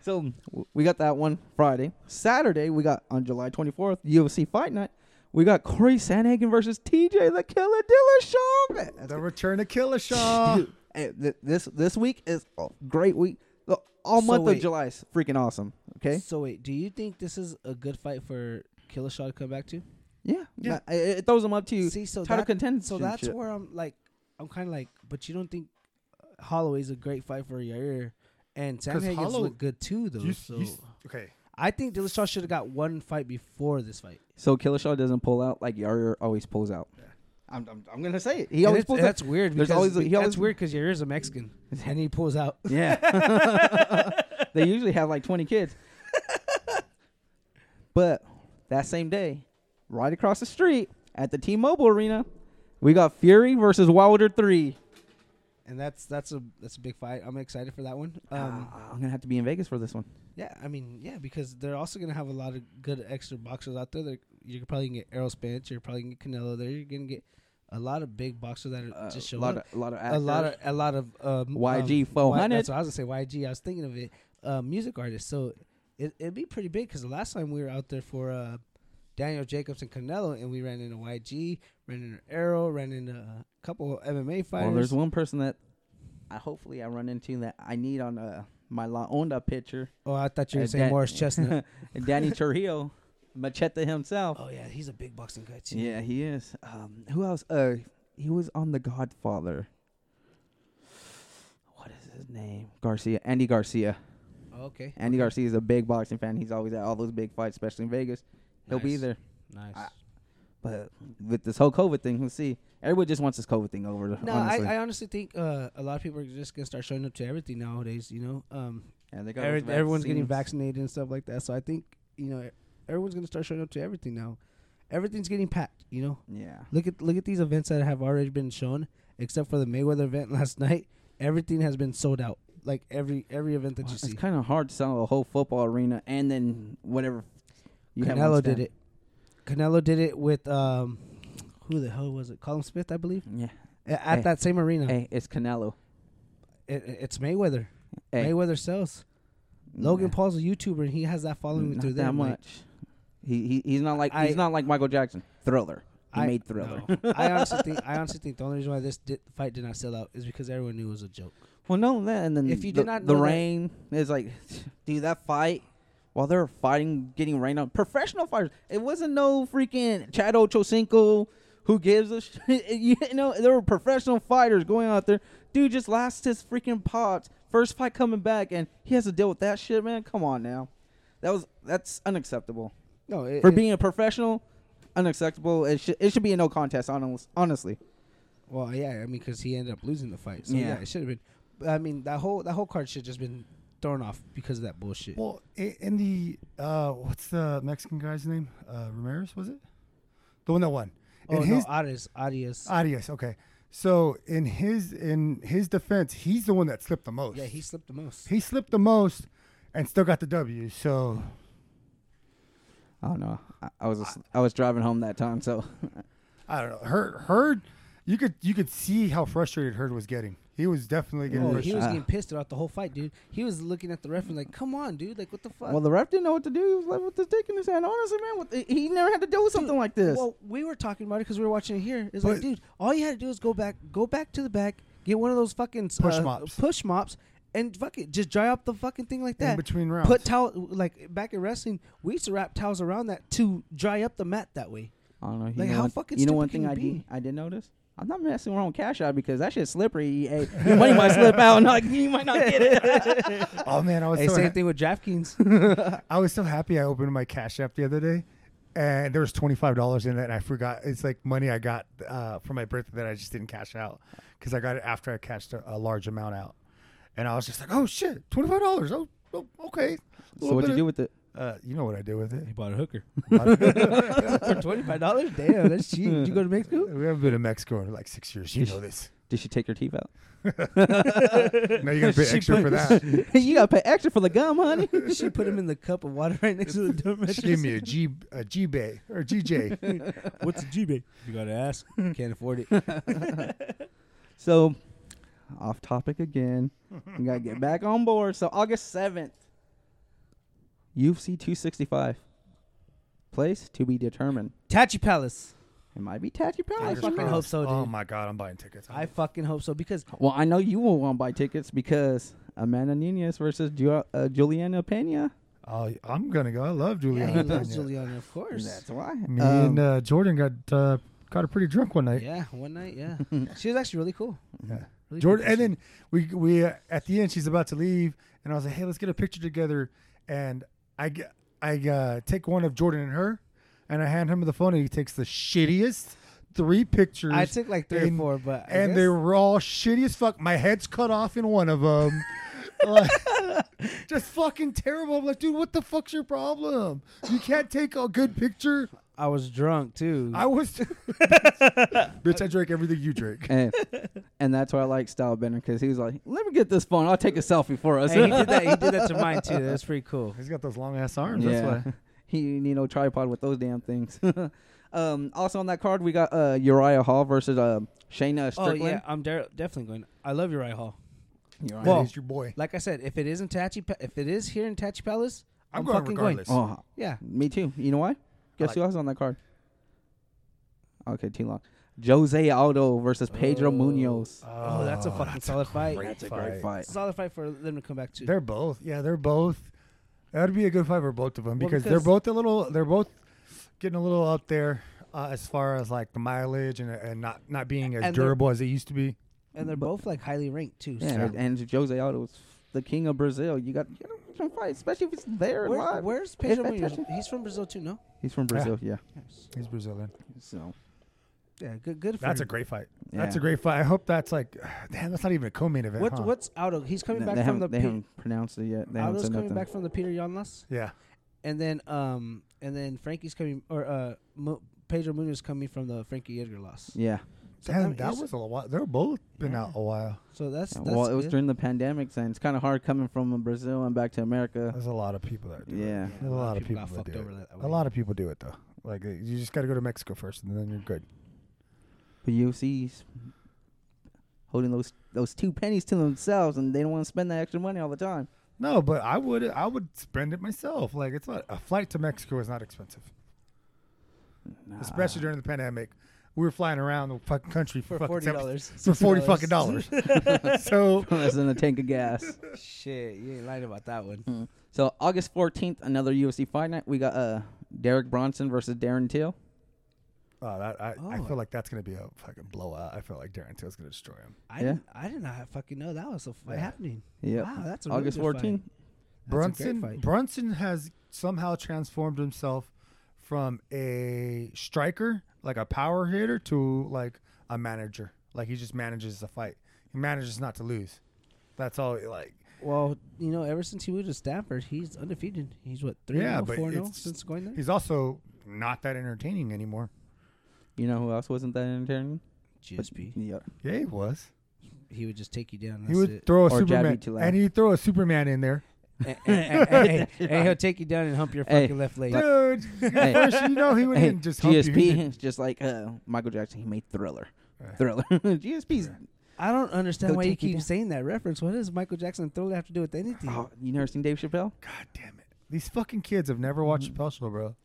So w- we got that one Friday. Saturday we got on July 24th UFC Fight Night. We got Corey Sanhagen versus TJ the Killer Dillashaw. Oh. The return of Killershaw. Hey, th- this this week is a great week. The- all So month of wait. July is freaking awesome. Okay. So wait, do you think this is a good fight for Killershaw to come back to? Yeah. Yeah. Nah, It, it throws him up to you. See, so title that, contention. so that's shit. where I'm like, I'm kind of like, but you don't think Holloway's a great fight for Yair, and Sandhagen's Hollow- look good too, though. You, s- so you, s- okay. I think Dillashaw should have got one fight before this fight. So Killershaw doesn't pull out like Yair always pulls out. I'm, I'm, I'm gonna say it. He And always it's- pulls that's out. weird. There's Because, always a- he be- always- that's weird because Yair's a Mexican and he pulls out. Yeah. they usually have like 20 kids. but that same day, right across the street at the T-Mobile Arena, we got Fury versus Wilder 3. and that's that's a that's a big fight. I'm excited for that one. Um, Ah, I'm going to have to be in Vegas for this one. yeah, I mean, yeah, because they're also gonna have a lot of good extra boxers out there. They're, you're probably gonna get Errol Spence. You're probably gonna get Canelo. There, you're gonna get a lot of big boxers that are Uh, just a showing lot up. of a lot of a lot of actors. a lot of um, YG um, 400. That's what I was gonna say. YG. I was thinking of it. Uh, music artists. So it it'd be pretty big because the last time we were out there for uh, Daniel Jacobs and Canelo, and we ran into YG, ran into Arrow, ran into a couple of MMA fighters. Well, there's one person that I hopefully I run into that I need on uh, my La Onda picture. Oh, I thought you were Uh, saying Dan- Morris Chestnut. Danny Torrio, Machete himself. oh yeah, he's a big boxing guy too. Yeah, he is. Um, who else? Uh, he was on The Godfather. What is his name? Garcia. Andy Garcia. Okay. Andy Garcia is a big boxing fan. He's always at all those big fights, especially in Vegas. He'll be Nice. there. Nice. I- But with this whole COVID thing, let's see. Everybody just wants this COVID thing over. no, honestly. I, I honestly think uh, a lot of people are just gonna start showing up to everything nowadays. You know, um, yeah, they got every- those everyone's getting vaccines. vaccinated and stuff like that. So I think you know e, everyone's gonna start showing up to everything now. Everything's getting packed. You know, Yeah. look at look at these events that have already been shown, except for the Mayweather event last night. Everything has been sold out. Like every every event that Well, you it's see, kind of hard to sell a whole football arena and then whatever. You have on Canelo did stand. it. Canelo did it with um, who the hell was it? Colin Smith, I believe, Yeah. A- at Mm-hmm. Hey. that same arena. Hey, it's Canelo. It, it- it's Mayweather. Hey. Mayweather sells. Logan Yeah. Paul's a YouTuber and he has that following not through that there. like, much. He, he he's not like he's I- not like Michael Jackson. Thriller. He I- made Thriller. no. I honestly think I honestly think the only reason why this di- fight did not sell out is because everyone knew it was a joke. Well, no, that and then If you the, did not the know that- rain is like, dude, that fight while they were fighting, getting rained on. Professional fighters. It wasn't no freaking Chad Ochocinco who gives a shit. You know, there were professional fighters going out there. Dude just lost his freaking pops. First fight coming back, and he has to deal with that shit, man. Come on now, that was that's unacceptable. No, it, for it- being a professional, unacceptable. It should it should be a no contest. honest- Honestly, well, yeah, I mean, because he ended up losing the fight, so yeah, Yeah. it should have been. but, I mean, that whole that whole card should just been thrown off because of that bullshit. Well, i- in the uh, what's the Mexican guy's name? Uh, Ramirez was it? The one that won. In oh his Ah. no, Arias, Arias. Adios. Okay. So in his in his defense, he's the one that slipped the most. yeah, he slipped the most. he slipped the most, and still got the W. So I don't know. I, I was just- I was driving home that time, so I don't know. Heard Heard, you could you could see how frustrated Heard was getting. He was definitely getting Oh, he frustrated. was Ah. getting pissed throughout the whole fight, dude. He was looking at the ref and like, "Come on, dude! Like, what the fuck?" well, the ref didn't know what to do. He was left with his dick in his hand. Honestly, man, what the, he never had to deal with something like this. Well, we were talking about it because we were watching it here. It's like, But- dude, all you had to do is go back, go back to the back, get one of those fucking Push uh, mops. push mops, and fuck it, just dry up the fucking thing like In that between Put rounds. towel like back in wrestling, we used to wrap towels around that to dry up the mat that way. I don't know. You Like, know how one- fucking you know stupid one can thing you I did be? I did notice. I'm not messing around with cash out because that shit's slippery. Hey, your money might slip out, and like you might not get it. oh man, I was Hey, so same ha- thing with DraftKings. I was so happy. I opened my Cash App the other day, and there was twenty five dollars in it, and I forgot. It's like money I got uh, for my birthday that I just didn't cash out because I got it after I cashed a, a large amount out, and I was just like, oh shit, twenty five dollars. Oh, oh, okay. so what'd you do with it? Uh, you know what I did with it? bought a hooker we for twenty five dollars. Damn, that's cheap. Did you go to Mexico? haven't been to Mexico in like six years. You know this. Did she take her teeth out? Now you gotta pay extra for that. you gotta pay extra for the gum, honey. she put him in the cup of water right next to the door. She gave me a G a G Bay or GJ. What's a G babe? You gotta ask. Can't afford it. So, off topic again. we gotta get back on board. So August seventh, UFC two sixty five. Place to be determined. Tachi Palace. It might be Tachi Brown. I Fingers fucking hope. crossed. hope so, Oh dude. my god, I'm buying tickets. I fucking hope so because Well, I know you won't want to buy tickets because Amanda Nunez versus Ju- uh, Juliana Pena. I'll, Oh, I'm gonna go. I love yeah, Juliana. he loves Pena. Juliana, of course. That's why. Um, Me and uh, Jordan got uh, got her pretty drunk one night. Yeah, one night, yeah. she was actually really cool. Yeah. Really Jordan, cool and then we we uh, at the end she's about to leave, and I was like, hey, let's get a picture together. And I g- I uh, take one of Jordan and her, and I hand him the phone, and he takes the shittiest three pictures. I took like three and- or four, but I and guess- they were all shitty as fuck. My head's cut off in one of them. Like, just fucking terrible. I'm like, dude, what the fuck's your problem? You can't take a good picture. I was drunk too. I was, bitch, I drank everything you drink. and, and that's why I like Style Bender because he was like, "Let me get this phone. I'll take a selfie for us." hey, he did that. He did that to mine too. That's pretty cool. He's got those long ass arms. yeah, That's why. he didn't need no tripod with those damn things. um, also on that card, we got uh, Uriah Hall versus uh, Shayna Oh Strickland. yeah, I'm de- definitely going. I love Uriah Hall. Uriah Well- Well, he's your boy. Like I said, if it isn't Tachi, Pa- if it is here in Tachi Palace, I'm I'm, going fucking regardless. going. Hall. Oh, Yeah, me too. You know why? Guess like- who else is on that card? Okay, too long. Jose Aldo versus Pedro Munoz. Oh, that's a fucking solid fight. That's a great It's fight. a solid fight for them to come back to. They're both. Yeah, they're both. That would be a good fight for both of them Well, because, they're because- both a little. They're both getting a little up there uh, as far as like the mileage and, and not not being as And they're- durable as it used to be. and they're both like highly ranked too. Yeah, so. and- and Jose Aldo's the king of Brazil. You got you know, some fight, especially if it's there and Where, live. where's Pedro It's Munoz? fantastic. He's from Brazil too, no? He's from Brazil, yeah. Yes. He's Brazilian. So Yeah, good, good. For That's a him. great fight. Yeah. That's a great fight. I hope that's like, damn, that's not even a co-main event. What's huh? what's Aldo? He's coming They- back they haven't, from the. they Pe- haven't pronounced it yet. They haven't Aldo's said coming nothing. back from the Peter Yanlas, Yeah, and then um and then Frankie's coming or uh Mo- Pedro Munoz coming from the Frankie Edgar loss. yeah. So, I damn, mean, that it's- was a while. They're both been out a while. so that's, that's well, it was good. during the pandemic, and it's kind of hard coming from Brazil and back to America. There's a lot of people that. Do it. Yeah. There's a lot of people, got that fucked do over it. that A way. lot of people do it though. Like uh, you just got to go to Mexico first, and then you're good. But UFC's holding those those two pennies to themselves, and they don't want to spend that extra money all the time. No, but I would I would spend it myself. Like it's not a flight to Mexico is not expensive, especially during the pandemic. We were flying around the fucking country for, for fucking forty seven- dollars. For forty fucking dollars. so Less than a tank of gas. Shit, you ain't lying about that one. So August fourteenth, another UFC fight night. We got uh Derek Bronson versus Darren Till. oh, that, I, I Oh. feel like that's gonna be a fucking blowout. I feel like Darren Till's gonna destroy him. I Yeah. didn't, I did not fucking know that was a fight Yeah. happening. Yep. Wow, that's a really August good fight. fourteenth. That's a great Brunson fight. Brunson has somehow transformed himself from a striker, like a power hitter, to like a manager. Like he just manages the fight. He manages not to lose. That's all. Like Well, you know, ever since he moved to Stanford, he's undefeated. He's what three Yeah, yeah, but four oh it's- since going there. He's also not that entertaining anymore. You know who else wasn't that entertaining? GSP. Yeah. Yeah, he was. He would just take you down. He That's would it. throw a Or jab you Superman, too loud. and he'd throw a Superman in there, and, and- and- and- and he'll take you down and hump your Hey. fucking left leg. dude. Hey. First, you know, he wouldn't Hey, even just hump you. GSP is just like uh, Michael Jackson. He made Thriller. Thriller. GSP's. I don't understand He'll why you take you keep down. saying that reference. What does Michael Jackson thriller have to do with anything? Oh, you never seen Dave Chappelle? God damn it! These fucking kids have never watched Mm-hmm. Chappelle Show, bro.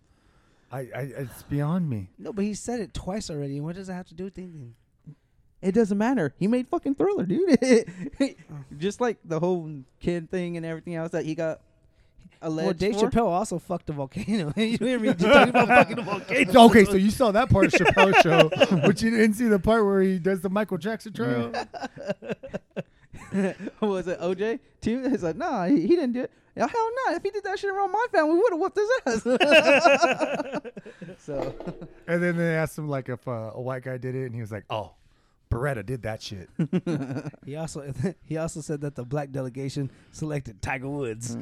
I, I, it's beyond me. No, but he said it twice already. What does it have to do with anything? It doesn't matter. He made fucking Thriller, dude. just like the whole kid thing and everything else that he got alleged Well, Dave for. Chappelle also fucked a volcano. you hear me talking about fucking a volcano? Okay, so you saw that part of Chappelle Show, but you didn't see the part where he does the Michael Jackson trail. was it OJ too? He's like, nah, he, he didn't do it. Yeah, hell no! If he did that shit around my family, we would have whooped his ass. so, And then they asked him like if uh, a white guy did it, and he was like, "Oh, Beretta did that shit." He also he also said that the black delegation selected Tiger Woods.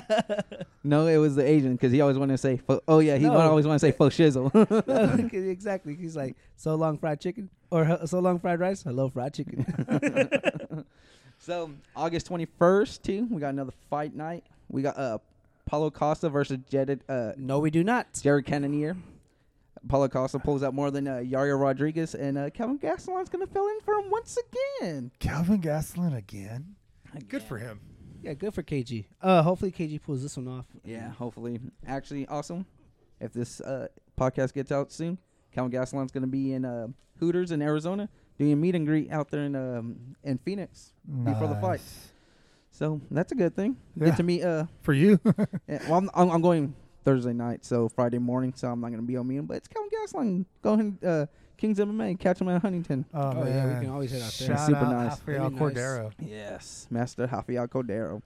no, it was the Asian because he always wanted to say, fo- "Oh yeah," he No. would always want to say "fo shizzle." exactly. He's like, so long fried chicken or "Huh, so long fried rice. Hello, fried chicken. so, August twenty first, too, we got another fight night. We got uh, Paulo Costa versus Jared uh, no, we do not. Jared Cannonier. Paulo Costa pulls out more than uh, Yair Rodriguez, and uh, Kevin Gastelum's gonna fill in for him once again. Calvin Gaslin again. Good for him. Yeah, good for KG. Uh, hopefully KG pulls this one off. Yeah, hopefully. Actually, awesome. If this uh, podcast gets out soon, Count Gaslam's going to be in uh, Hooters in Arizona doing a meet and greet out there in um, in Phoenix before the fight. Nice. So that's a good thing. Yeah. Get to meet. Uh, For you? Oh, yeah, well, I'm, I'm, I'm going Thursday night, so Friday morning, so I'm not going to be on meeting. But it's Count Gaslam. Go ahead, uh, Kings MMA, catch him at Huntington. Oh, Oh, yeah, we man. can always head out there. Shout Super out nice. Rafael Very nice. Cordero. Yes, Master Rafael Cordero.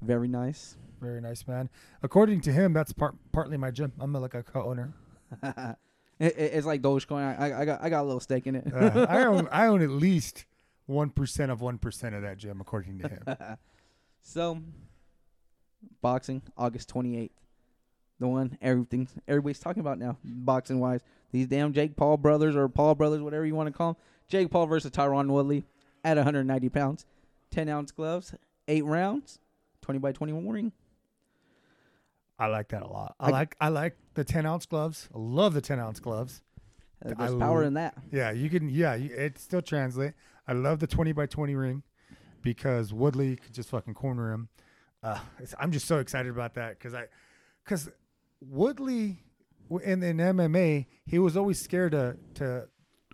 Very nice. Very nice man. According to him, that's part, partly my gym. I'm like a co-owner. it, it- it's like Dogecoin. I, I, I got I got a little stake in it. Uh, I own I own at least one percent of one percent of that gym, according to him. So, boxing August twenty eighth, the one everything everybody's talking about now, boxing wise. These damn Jake Paul brothers or Paul brothers, whatever you want to call them. Jake Paul versus Tyron Woodley at one hundred ninety pounds, ten ounce gloves, eight rounds, twenty by twenty one ring. I like that a lot. I I- like I like the ten ounce gloves. I love the ten ounce gloves. Uh, I There's power l- in that. Yeah, you can. Yeah, you, it still translate. I love the twenty by twenty ring because Woodley could just fucking corner him. Uh, it's- I'm just so excited about that because I, because Woodley w- in in MMA he was always scared to to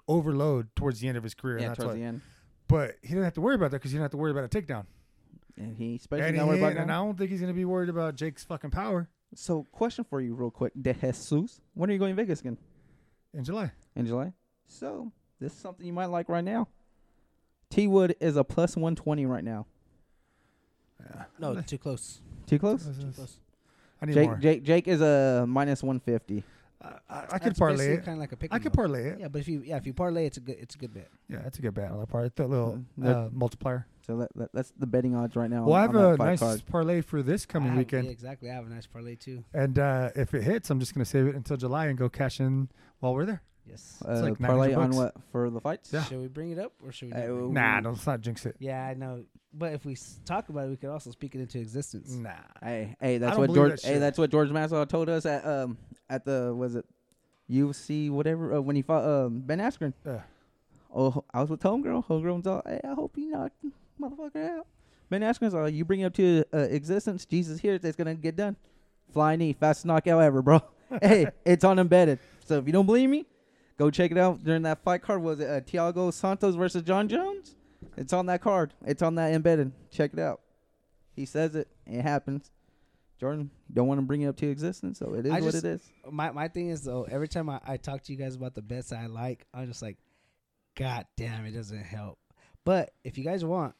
overload towards the end of his career. Yeah, and that's towards why- the end. But he didn't have to worry about that because he didn't have to worry about a takedown. And he especially And, not he worried ain't- about and I that. don't think he's gonna be worried about Jake's fucking power So, question for you, real quick, De Jesus, when are you going to Vegas again? in July. in July. So this is something you might like right now. T Wood is a plus one twenty right now. No, too close. Too close. Too close. I need more. Jake, Jake Jake is a minus one fifty. Uh, I, I, I could parlay it. Kind of like a pick. I could parlay it. Yeah, but if you yeah if you parlay, it's a good it's a good bet. Yeah, that's a good bet. I like parlay that little Mm, that- uh, multiplier. So that, that, that's the betting odds right now. Well, I on- have on that a fight nice card. parlay for this I coming have- weekend, Yeah, exactly. I have a nice parlay too. and uh, if it hits, I'm just gonna save it until July and go cash in while we're there. Yes. uh, like 900 parlay on bucks. what for the fights. Yeah. Should we bring it up or should we? Uh, not bring it up? Nah, Ooh. don't, let's not jinx it. Yeah, I know. But if we s- talk about it, we could also speak it into existence. Nah, Hey, hey, I that's don't what believe George. that hey, shit. that's what George Masvidal told us at um at the was it UFC whatever uh, when he fought um Ben Askren. Yeah. Oh, I was with homegirl. Homegirl's all, hey, I hope you knocked motherfucker out. Ben Askren's all, you bring it up to uh, existence. Jesus here, it's gonna get done. Fly knee, fastest knockout ever, bro. hey, it's on embedded. So if you don't believe me, go check it out during that fight card. Was it uh, Tiago Santos versus John Jones? It's on that card. It's on that embedded. Check it out. He says it. It happens. Jordan, you don't want to bring it up to existence, so it is I what just- it is. My my thing is though, every time I, I talk to you guys about the bets I like, I'm just like, God damn, it doesn't help. But if you guys want,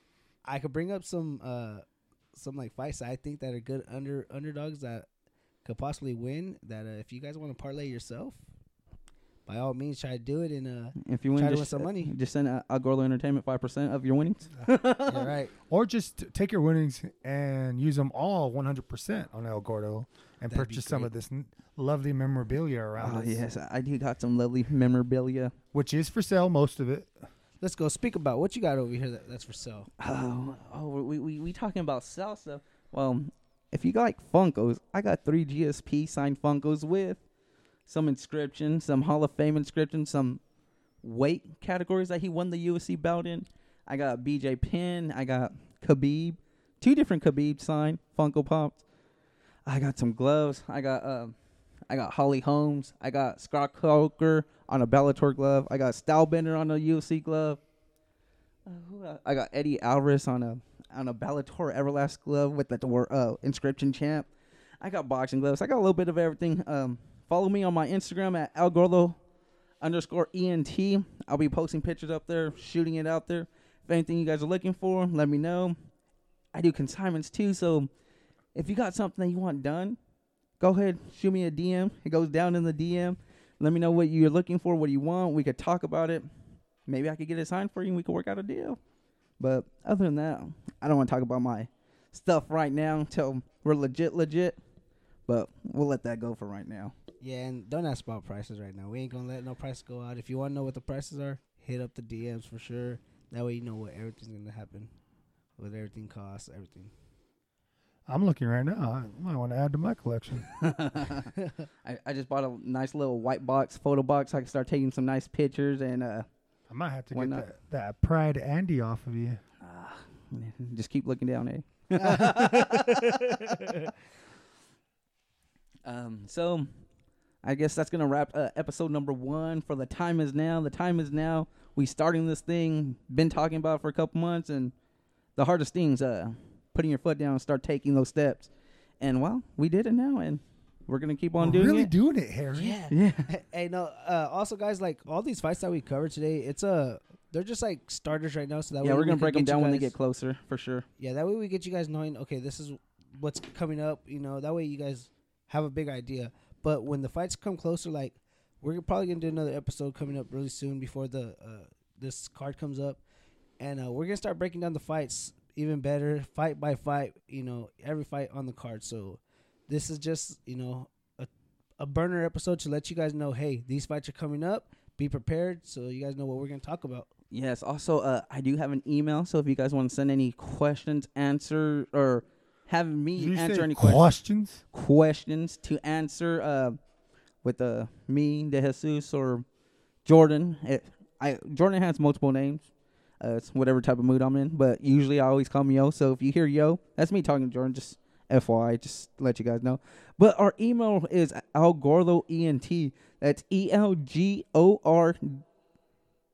I could bring up some uh some like fights I think that are good under underdogs that could possibly win. That uh, if you guys want to parlay yourself, by all means try to do it. And If you win, Try to just, win some money. Just send uh, Agorlo Entertainment five percent of your winnings. uh, you're right, or just take your winnings and use them all 100% on El Gordo and That'd be purchase some great. Ah, of this n- lovely memorabilia around Oh us, yes, I I do got some lovely memorabilia. which is for sale, most of it. let's go speak about what you got over here. That, that's for sale. Oh, oh, we we we talking about salsa. Well, if you like Funkos, I got three GSP signed Funkos with some inscription, some Hall of Fame inscription, some weight categories that he won the UFC bout in. I got BJ Penn. I got Khabib. Two different Khabib signed Funko Pops. I got some gloves. I got um, I got Holly Holmes. I got Scott Coker on a Bellator glove. I got Stylebender on a UFC glove. Uh, who el- I got Eddie Alvarez on a on a Bellator Everlast glove with the door, uh, inscription champ. I got boxing gloves. I got a little bit of everything. Um, follow me on my Instagram at Algorlo underscore ent. I'll be posting pictures up there, shooting it out there. If anything you guys are looking for, let me know. I do consignments too, so if you got something that you want done, go ahead, shoot me a DM. It goes down in the DM. Let me know what you're looking for, what you want. We could talk about it. Maybe I could get it signed for you and we could work out a deal. But other than that, I don't want to talk about my stuff right now until we're legit, legit. But we'll let that go for right now. Yeah, and don't ask about prices right now. We ain't gonna let no price go out. If you want to know what the prices are, hit up the DMs for sure. That way you know what everything's gonna happen, what everything costs, everything. I'm looking right now. I might want to add to my collection. I, I just bought a nice little white box, photo box. I can start taking some nice pictures and uh, I might have to Why get not? that, that Pride Andy off of you. just keep looking down, eh? um, so I guess that's gonna wrap uh, episode number one for the time is now. The time is now. We starting this thing been talking about it for a couple months, and the hardest thing's uh putting your foot down and start taking those steps. And well, we did it now, and we're gonna keep on doing really it. doing it, Harry. Yeah. yeah, hey, no. Uh, also, guys, like all these fights that we covered today, it's uh, they're just like starters right now. So that yeah, way we're we gonna can break them get you down when they guys- get closer for sure. Yeah, that way we get you guys knowing. Okay, this is what's coming up. You know, that way you guys have a big idea. But when the fights come closer, like we're probably gonna do another episode coming up really soon before the uh, this card comes up, and uh, we're gonna start breaking down the fights even better, fight by fight. You know, every fight on the card. So this is just you know a a burner episode to let you guys know, hey, these fights are coming up. Be prepared so you guys know what we're gonna talk about. Yes. Also, uh, I do have an email, so if you guys want to send any questions, answer or have me Did you answer say any questions. questions? questions to answer uh, with uh, me, De Jesus, or Jordan. It, I Jordan has multiple names. Uh, it's whatever type of mood I'm in, but usually I always call him Yo. So if you hear Yo, that's me talking to Jordan. Just FYI, just to let you guys know. But our email is algorloent. That's E L G O R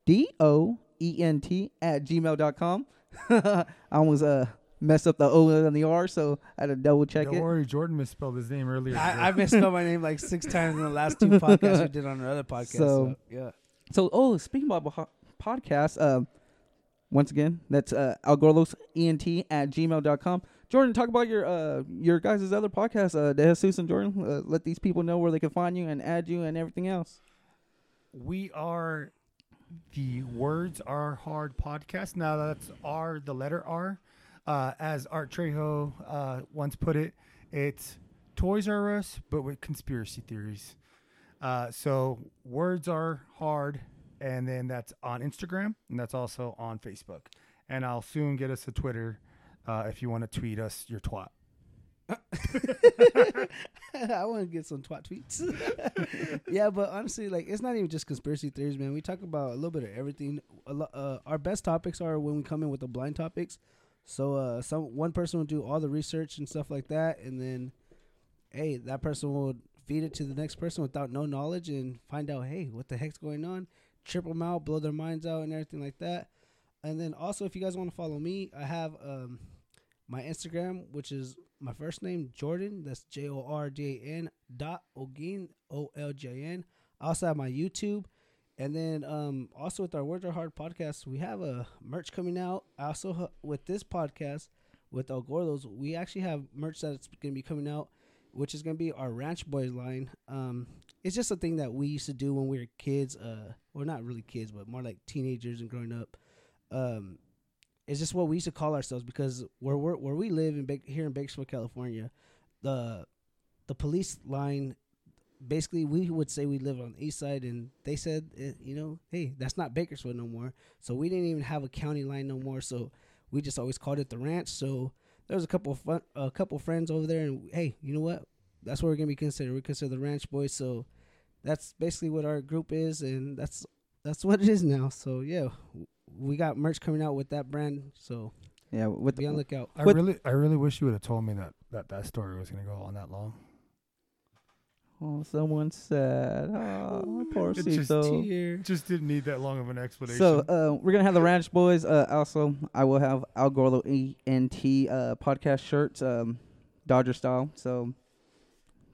D O E N T at gmail.com. I almost uh, messed up the O and the R, so I had to double check Don't it. worry, Jordan misspelled his name earlier. bro. I, I misspelled my name like six times in the last two podcasts we did on our other podcast. So, So- yeah, So, oh, speaking about bo- podcasts, um, once again, that's uh, algorlosent at gmail.com. Jordan, talk about your uh, your guys' other podcast, uh, De Jesus and Jordan. Uh, let these people know where they can find you and add you and everything else. we are the words are hard podcast now that's r the letter r uh, as art trejo uh, once put it it's toys are us but with conspiracy theories uh, so words are hard and then that's on instagram and that's also on facebook and i'll soon get us a twitter uh, if you want to tweet us your twat I want to get some twat tweets. yeah, but honestly, like it's not even just conspiracy theories, man. We talk about a little bit of everything. A lo- uh, our best topics are when we come in with the blind topics. So uh, some one person will do all the research and stuff like that, and then hey, that person will feed it to the next person without no knowledge and find out, hey, what the heck's going on? Trip them out, blow their minds out, and everything like that. And then also, if you guys want to follow me, I have um, my Instagram, which is my first name Jordan. That's J O R D A N dot Ogin O L J N. I also have my YouTube, and then um, also with our Words Are Hard podcast, we have a merch coming out. I also ha- with this podcast with El Gordos, we actually have merch that's going to be coming out, which is going to be our Ranch Boys line. Um, it's just a thing that we used to do when we were kids. Uh, well, not really kids, but more like teenagers and growing up. Um, it's just what we used to call ourselves because where we're, where we live in Bak- here in Bakersfield, California, the the police line basically we would say we live on the east side and they said eh, you know hey that's not Bakersfield no more so we didn't even have a county line no more so we just always called it the ranch so there was a couple of fun, a couple friends over there and hey you know what that's what we're gonna be considered we're considered the ranch boys so that's basically what our group is and that's that's what it is now so yeah we got merch coming out with that brand, so Yeah, with be on the, lookout. i What- really i really wish you would have told me that that, that story was going to go on that long oh, someone said, oh, poor It's just Cito. just didn't need that long of an explanation So uh, we're gonna have the Ranch Boys. Uh, also, I will have Al Gorlo ENT uh, podcast shirts, um, Dodger style. So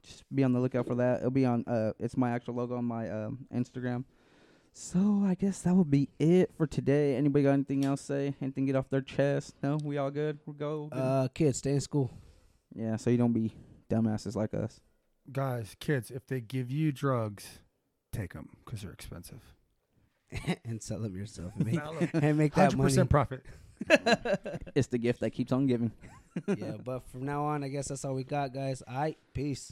just be on the lookout for that. It'll be on. Uh, it's my actual logo on my um, Instagram. So I guess that would be it for today. Anybody got anything else to say? Anything get off their chest? No, we all good. We're go. Uh, kids, stay in school. yeah. So you don't be dumbasses like us. guys, kids, if they give you drugs, take them because they're expensive. and sell them yourself and make, Sell 'em. and make that Hundred money. percent profit. It's the gift that keeps on giving. yeah, but from now on, I guess that's all we got, guys. All right, peace.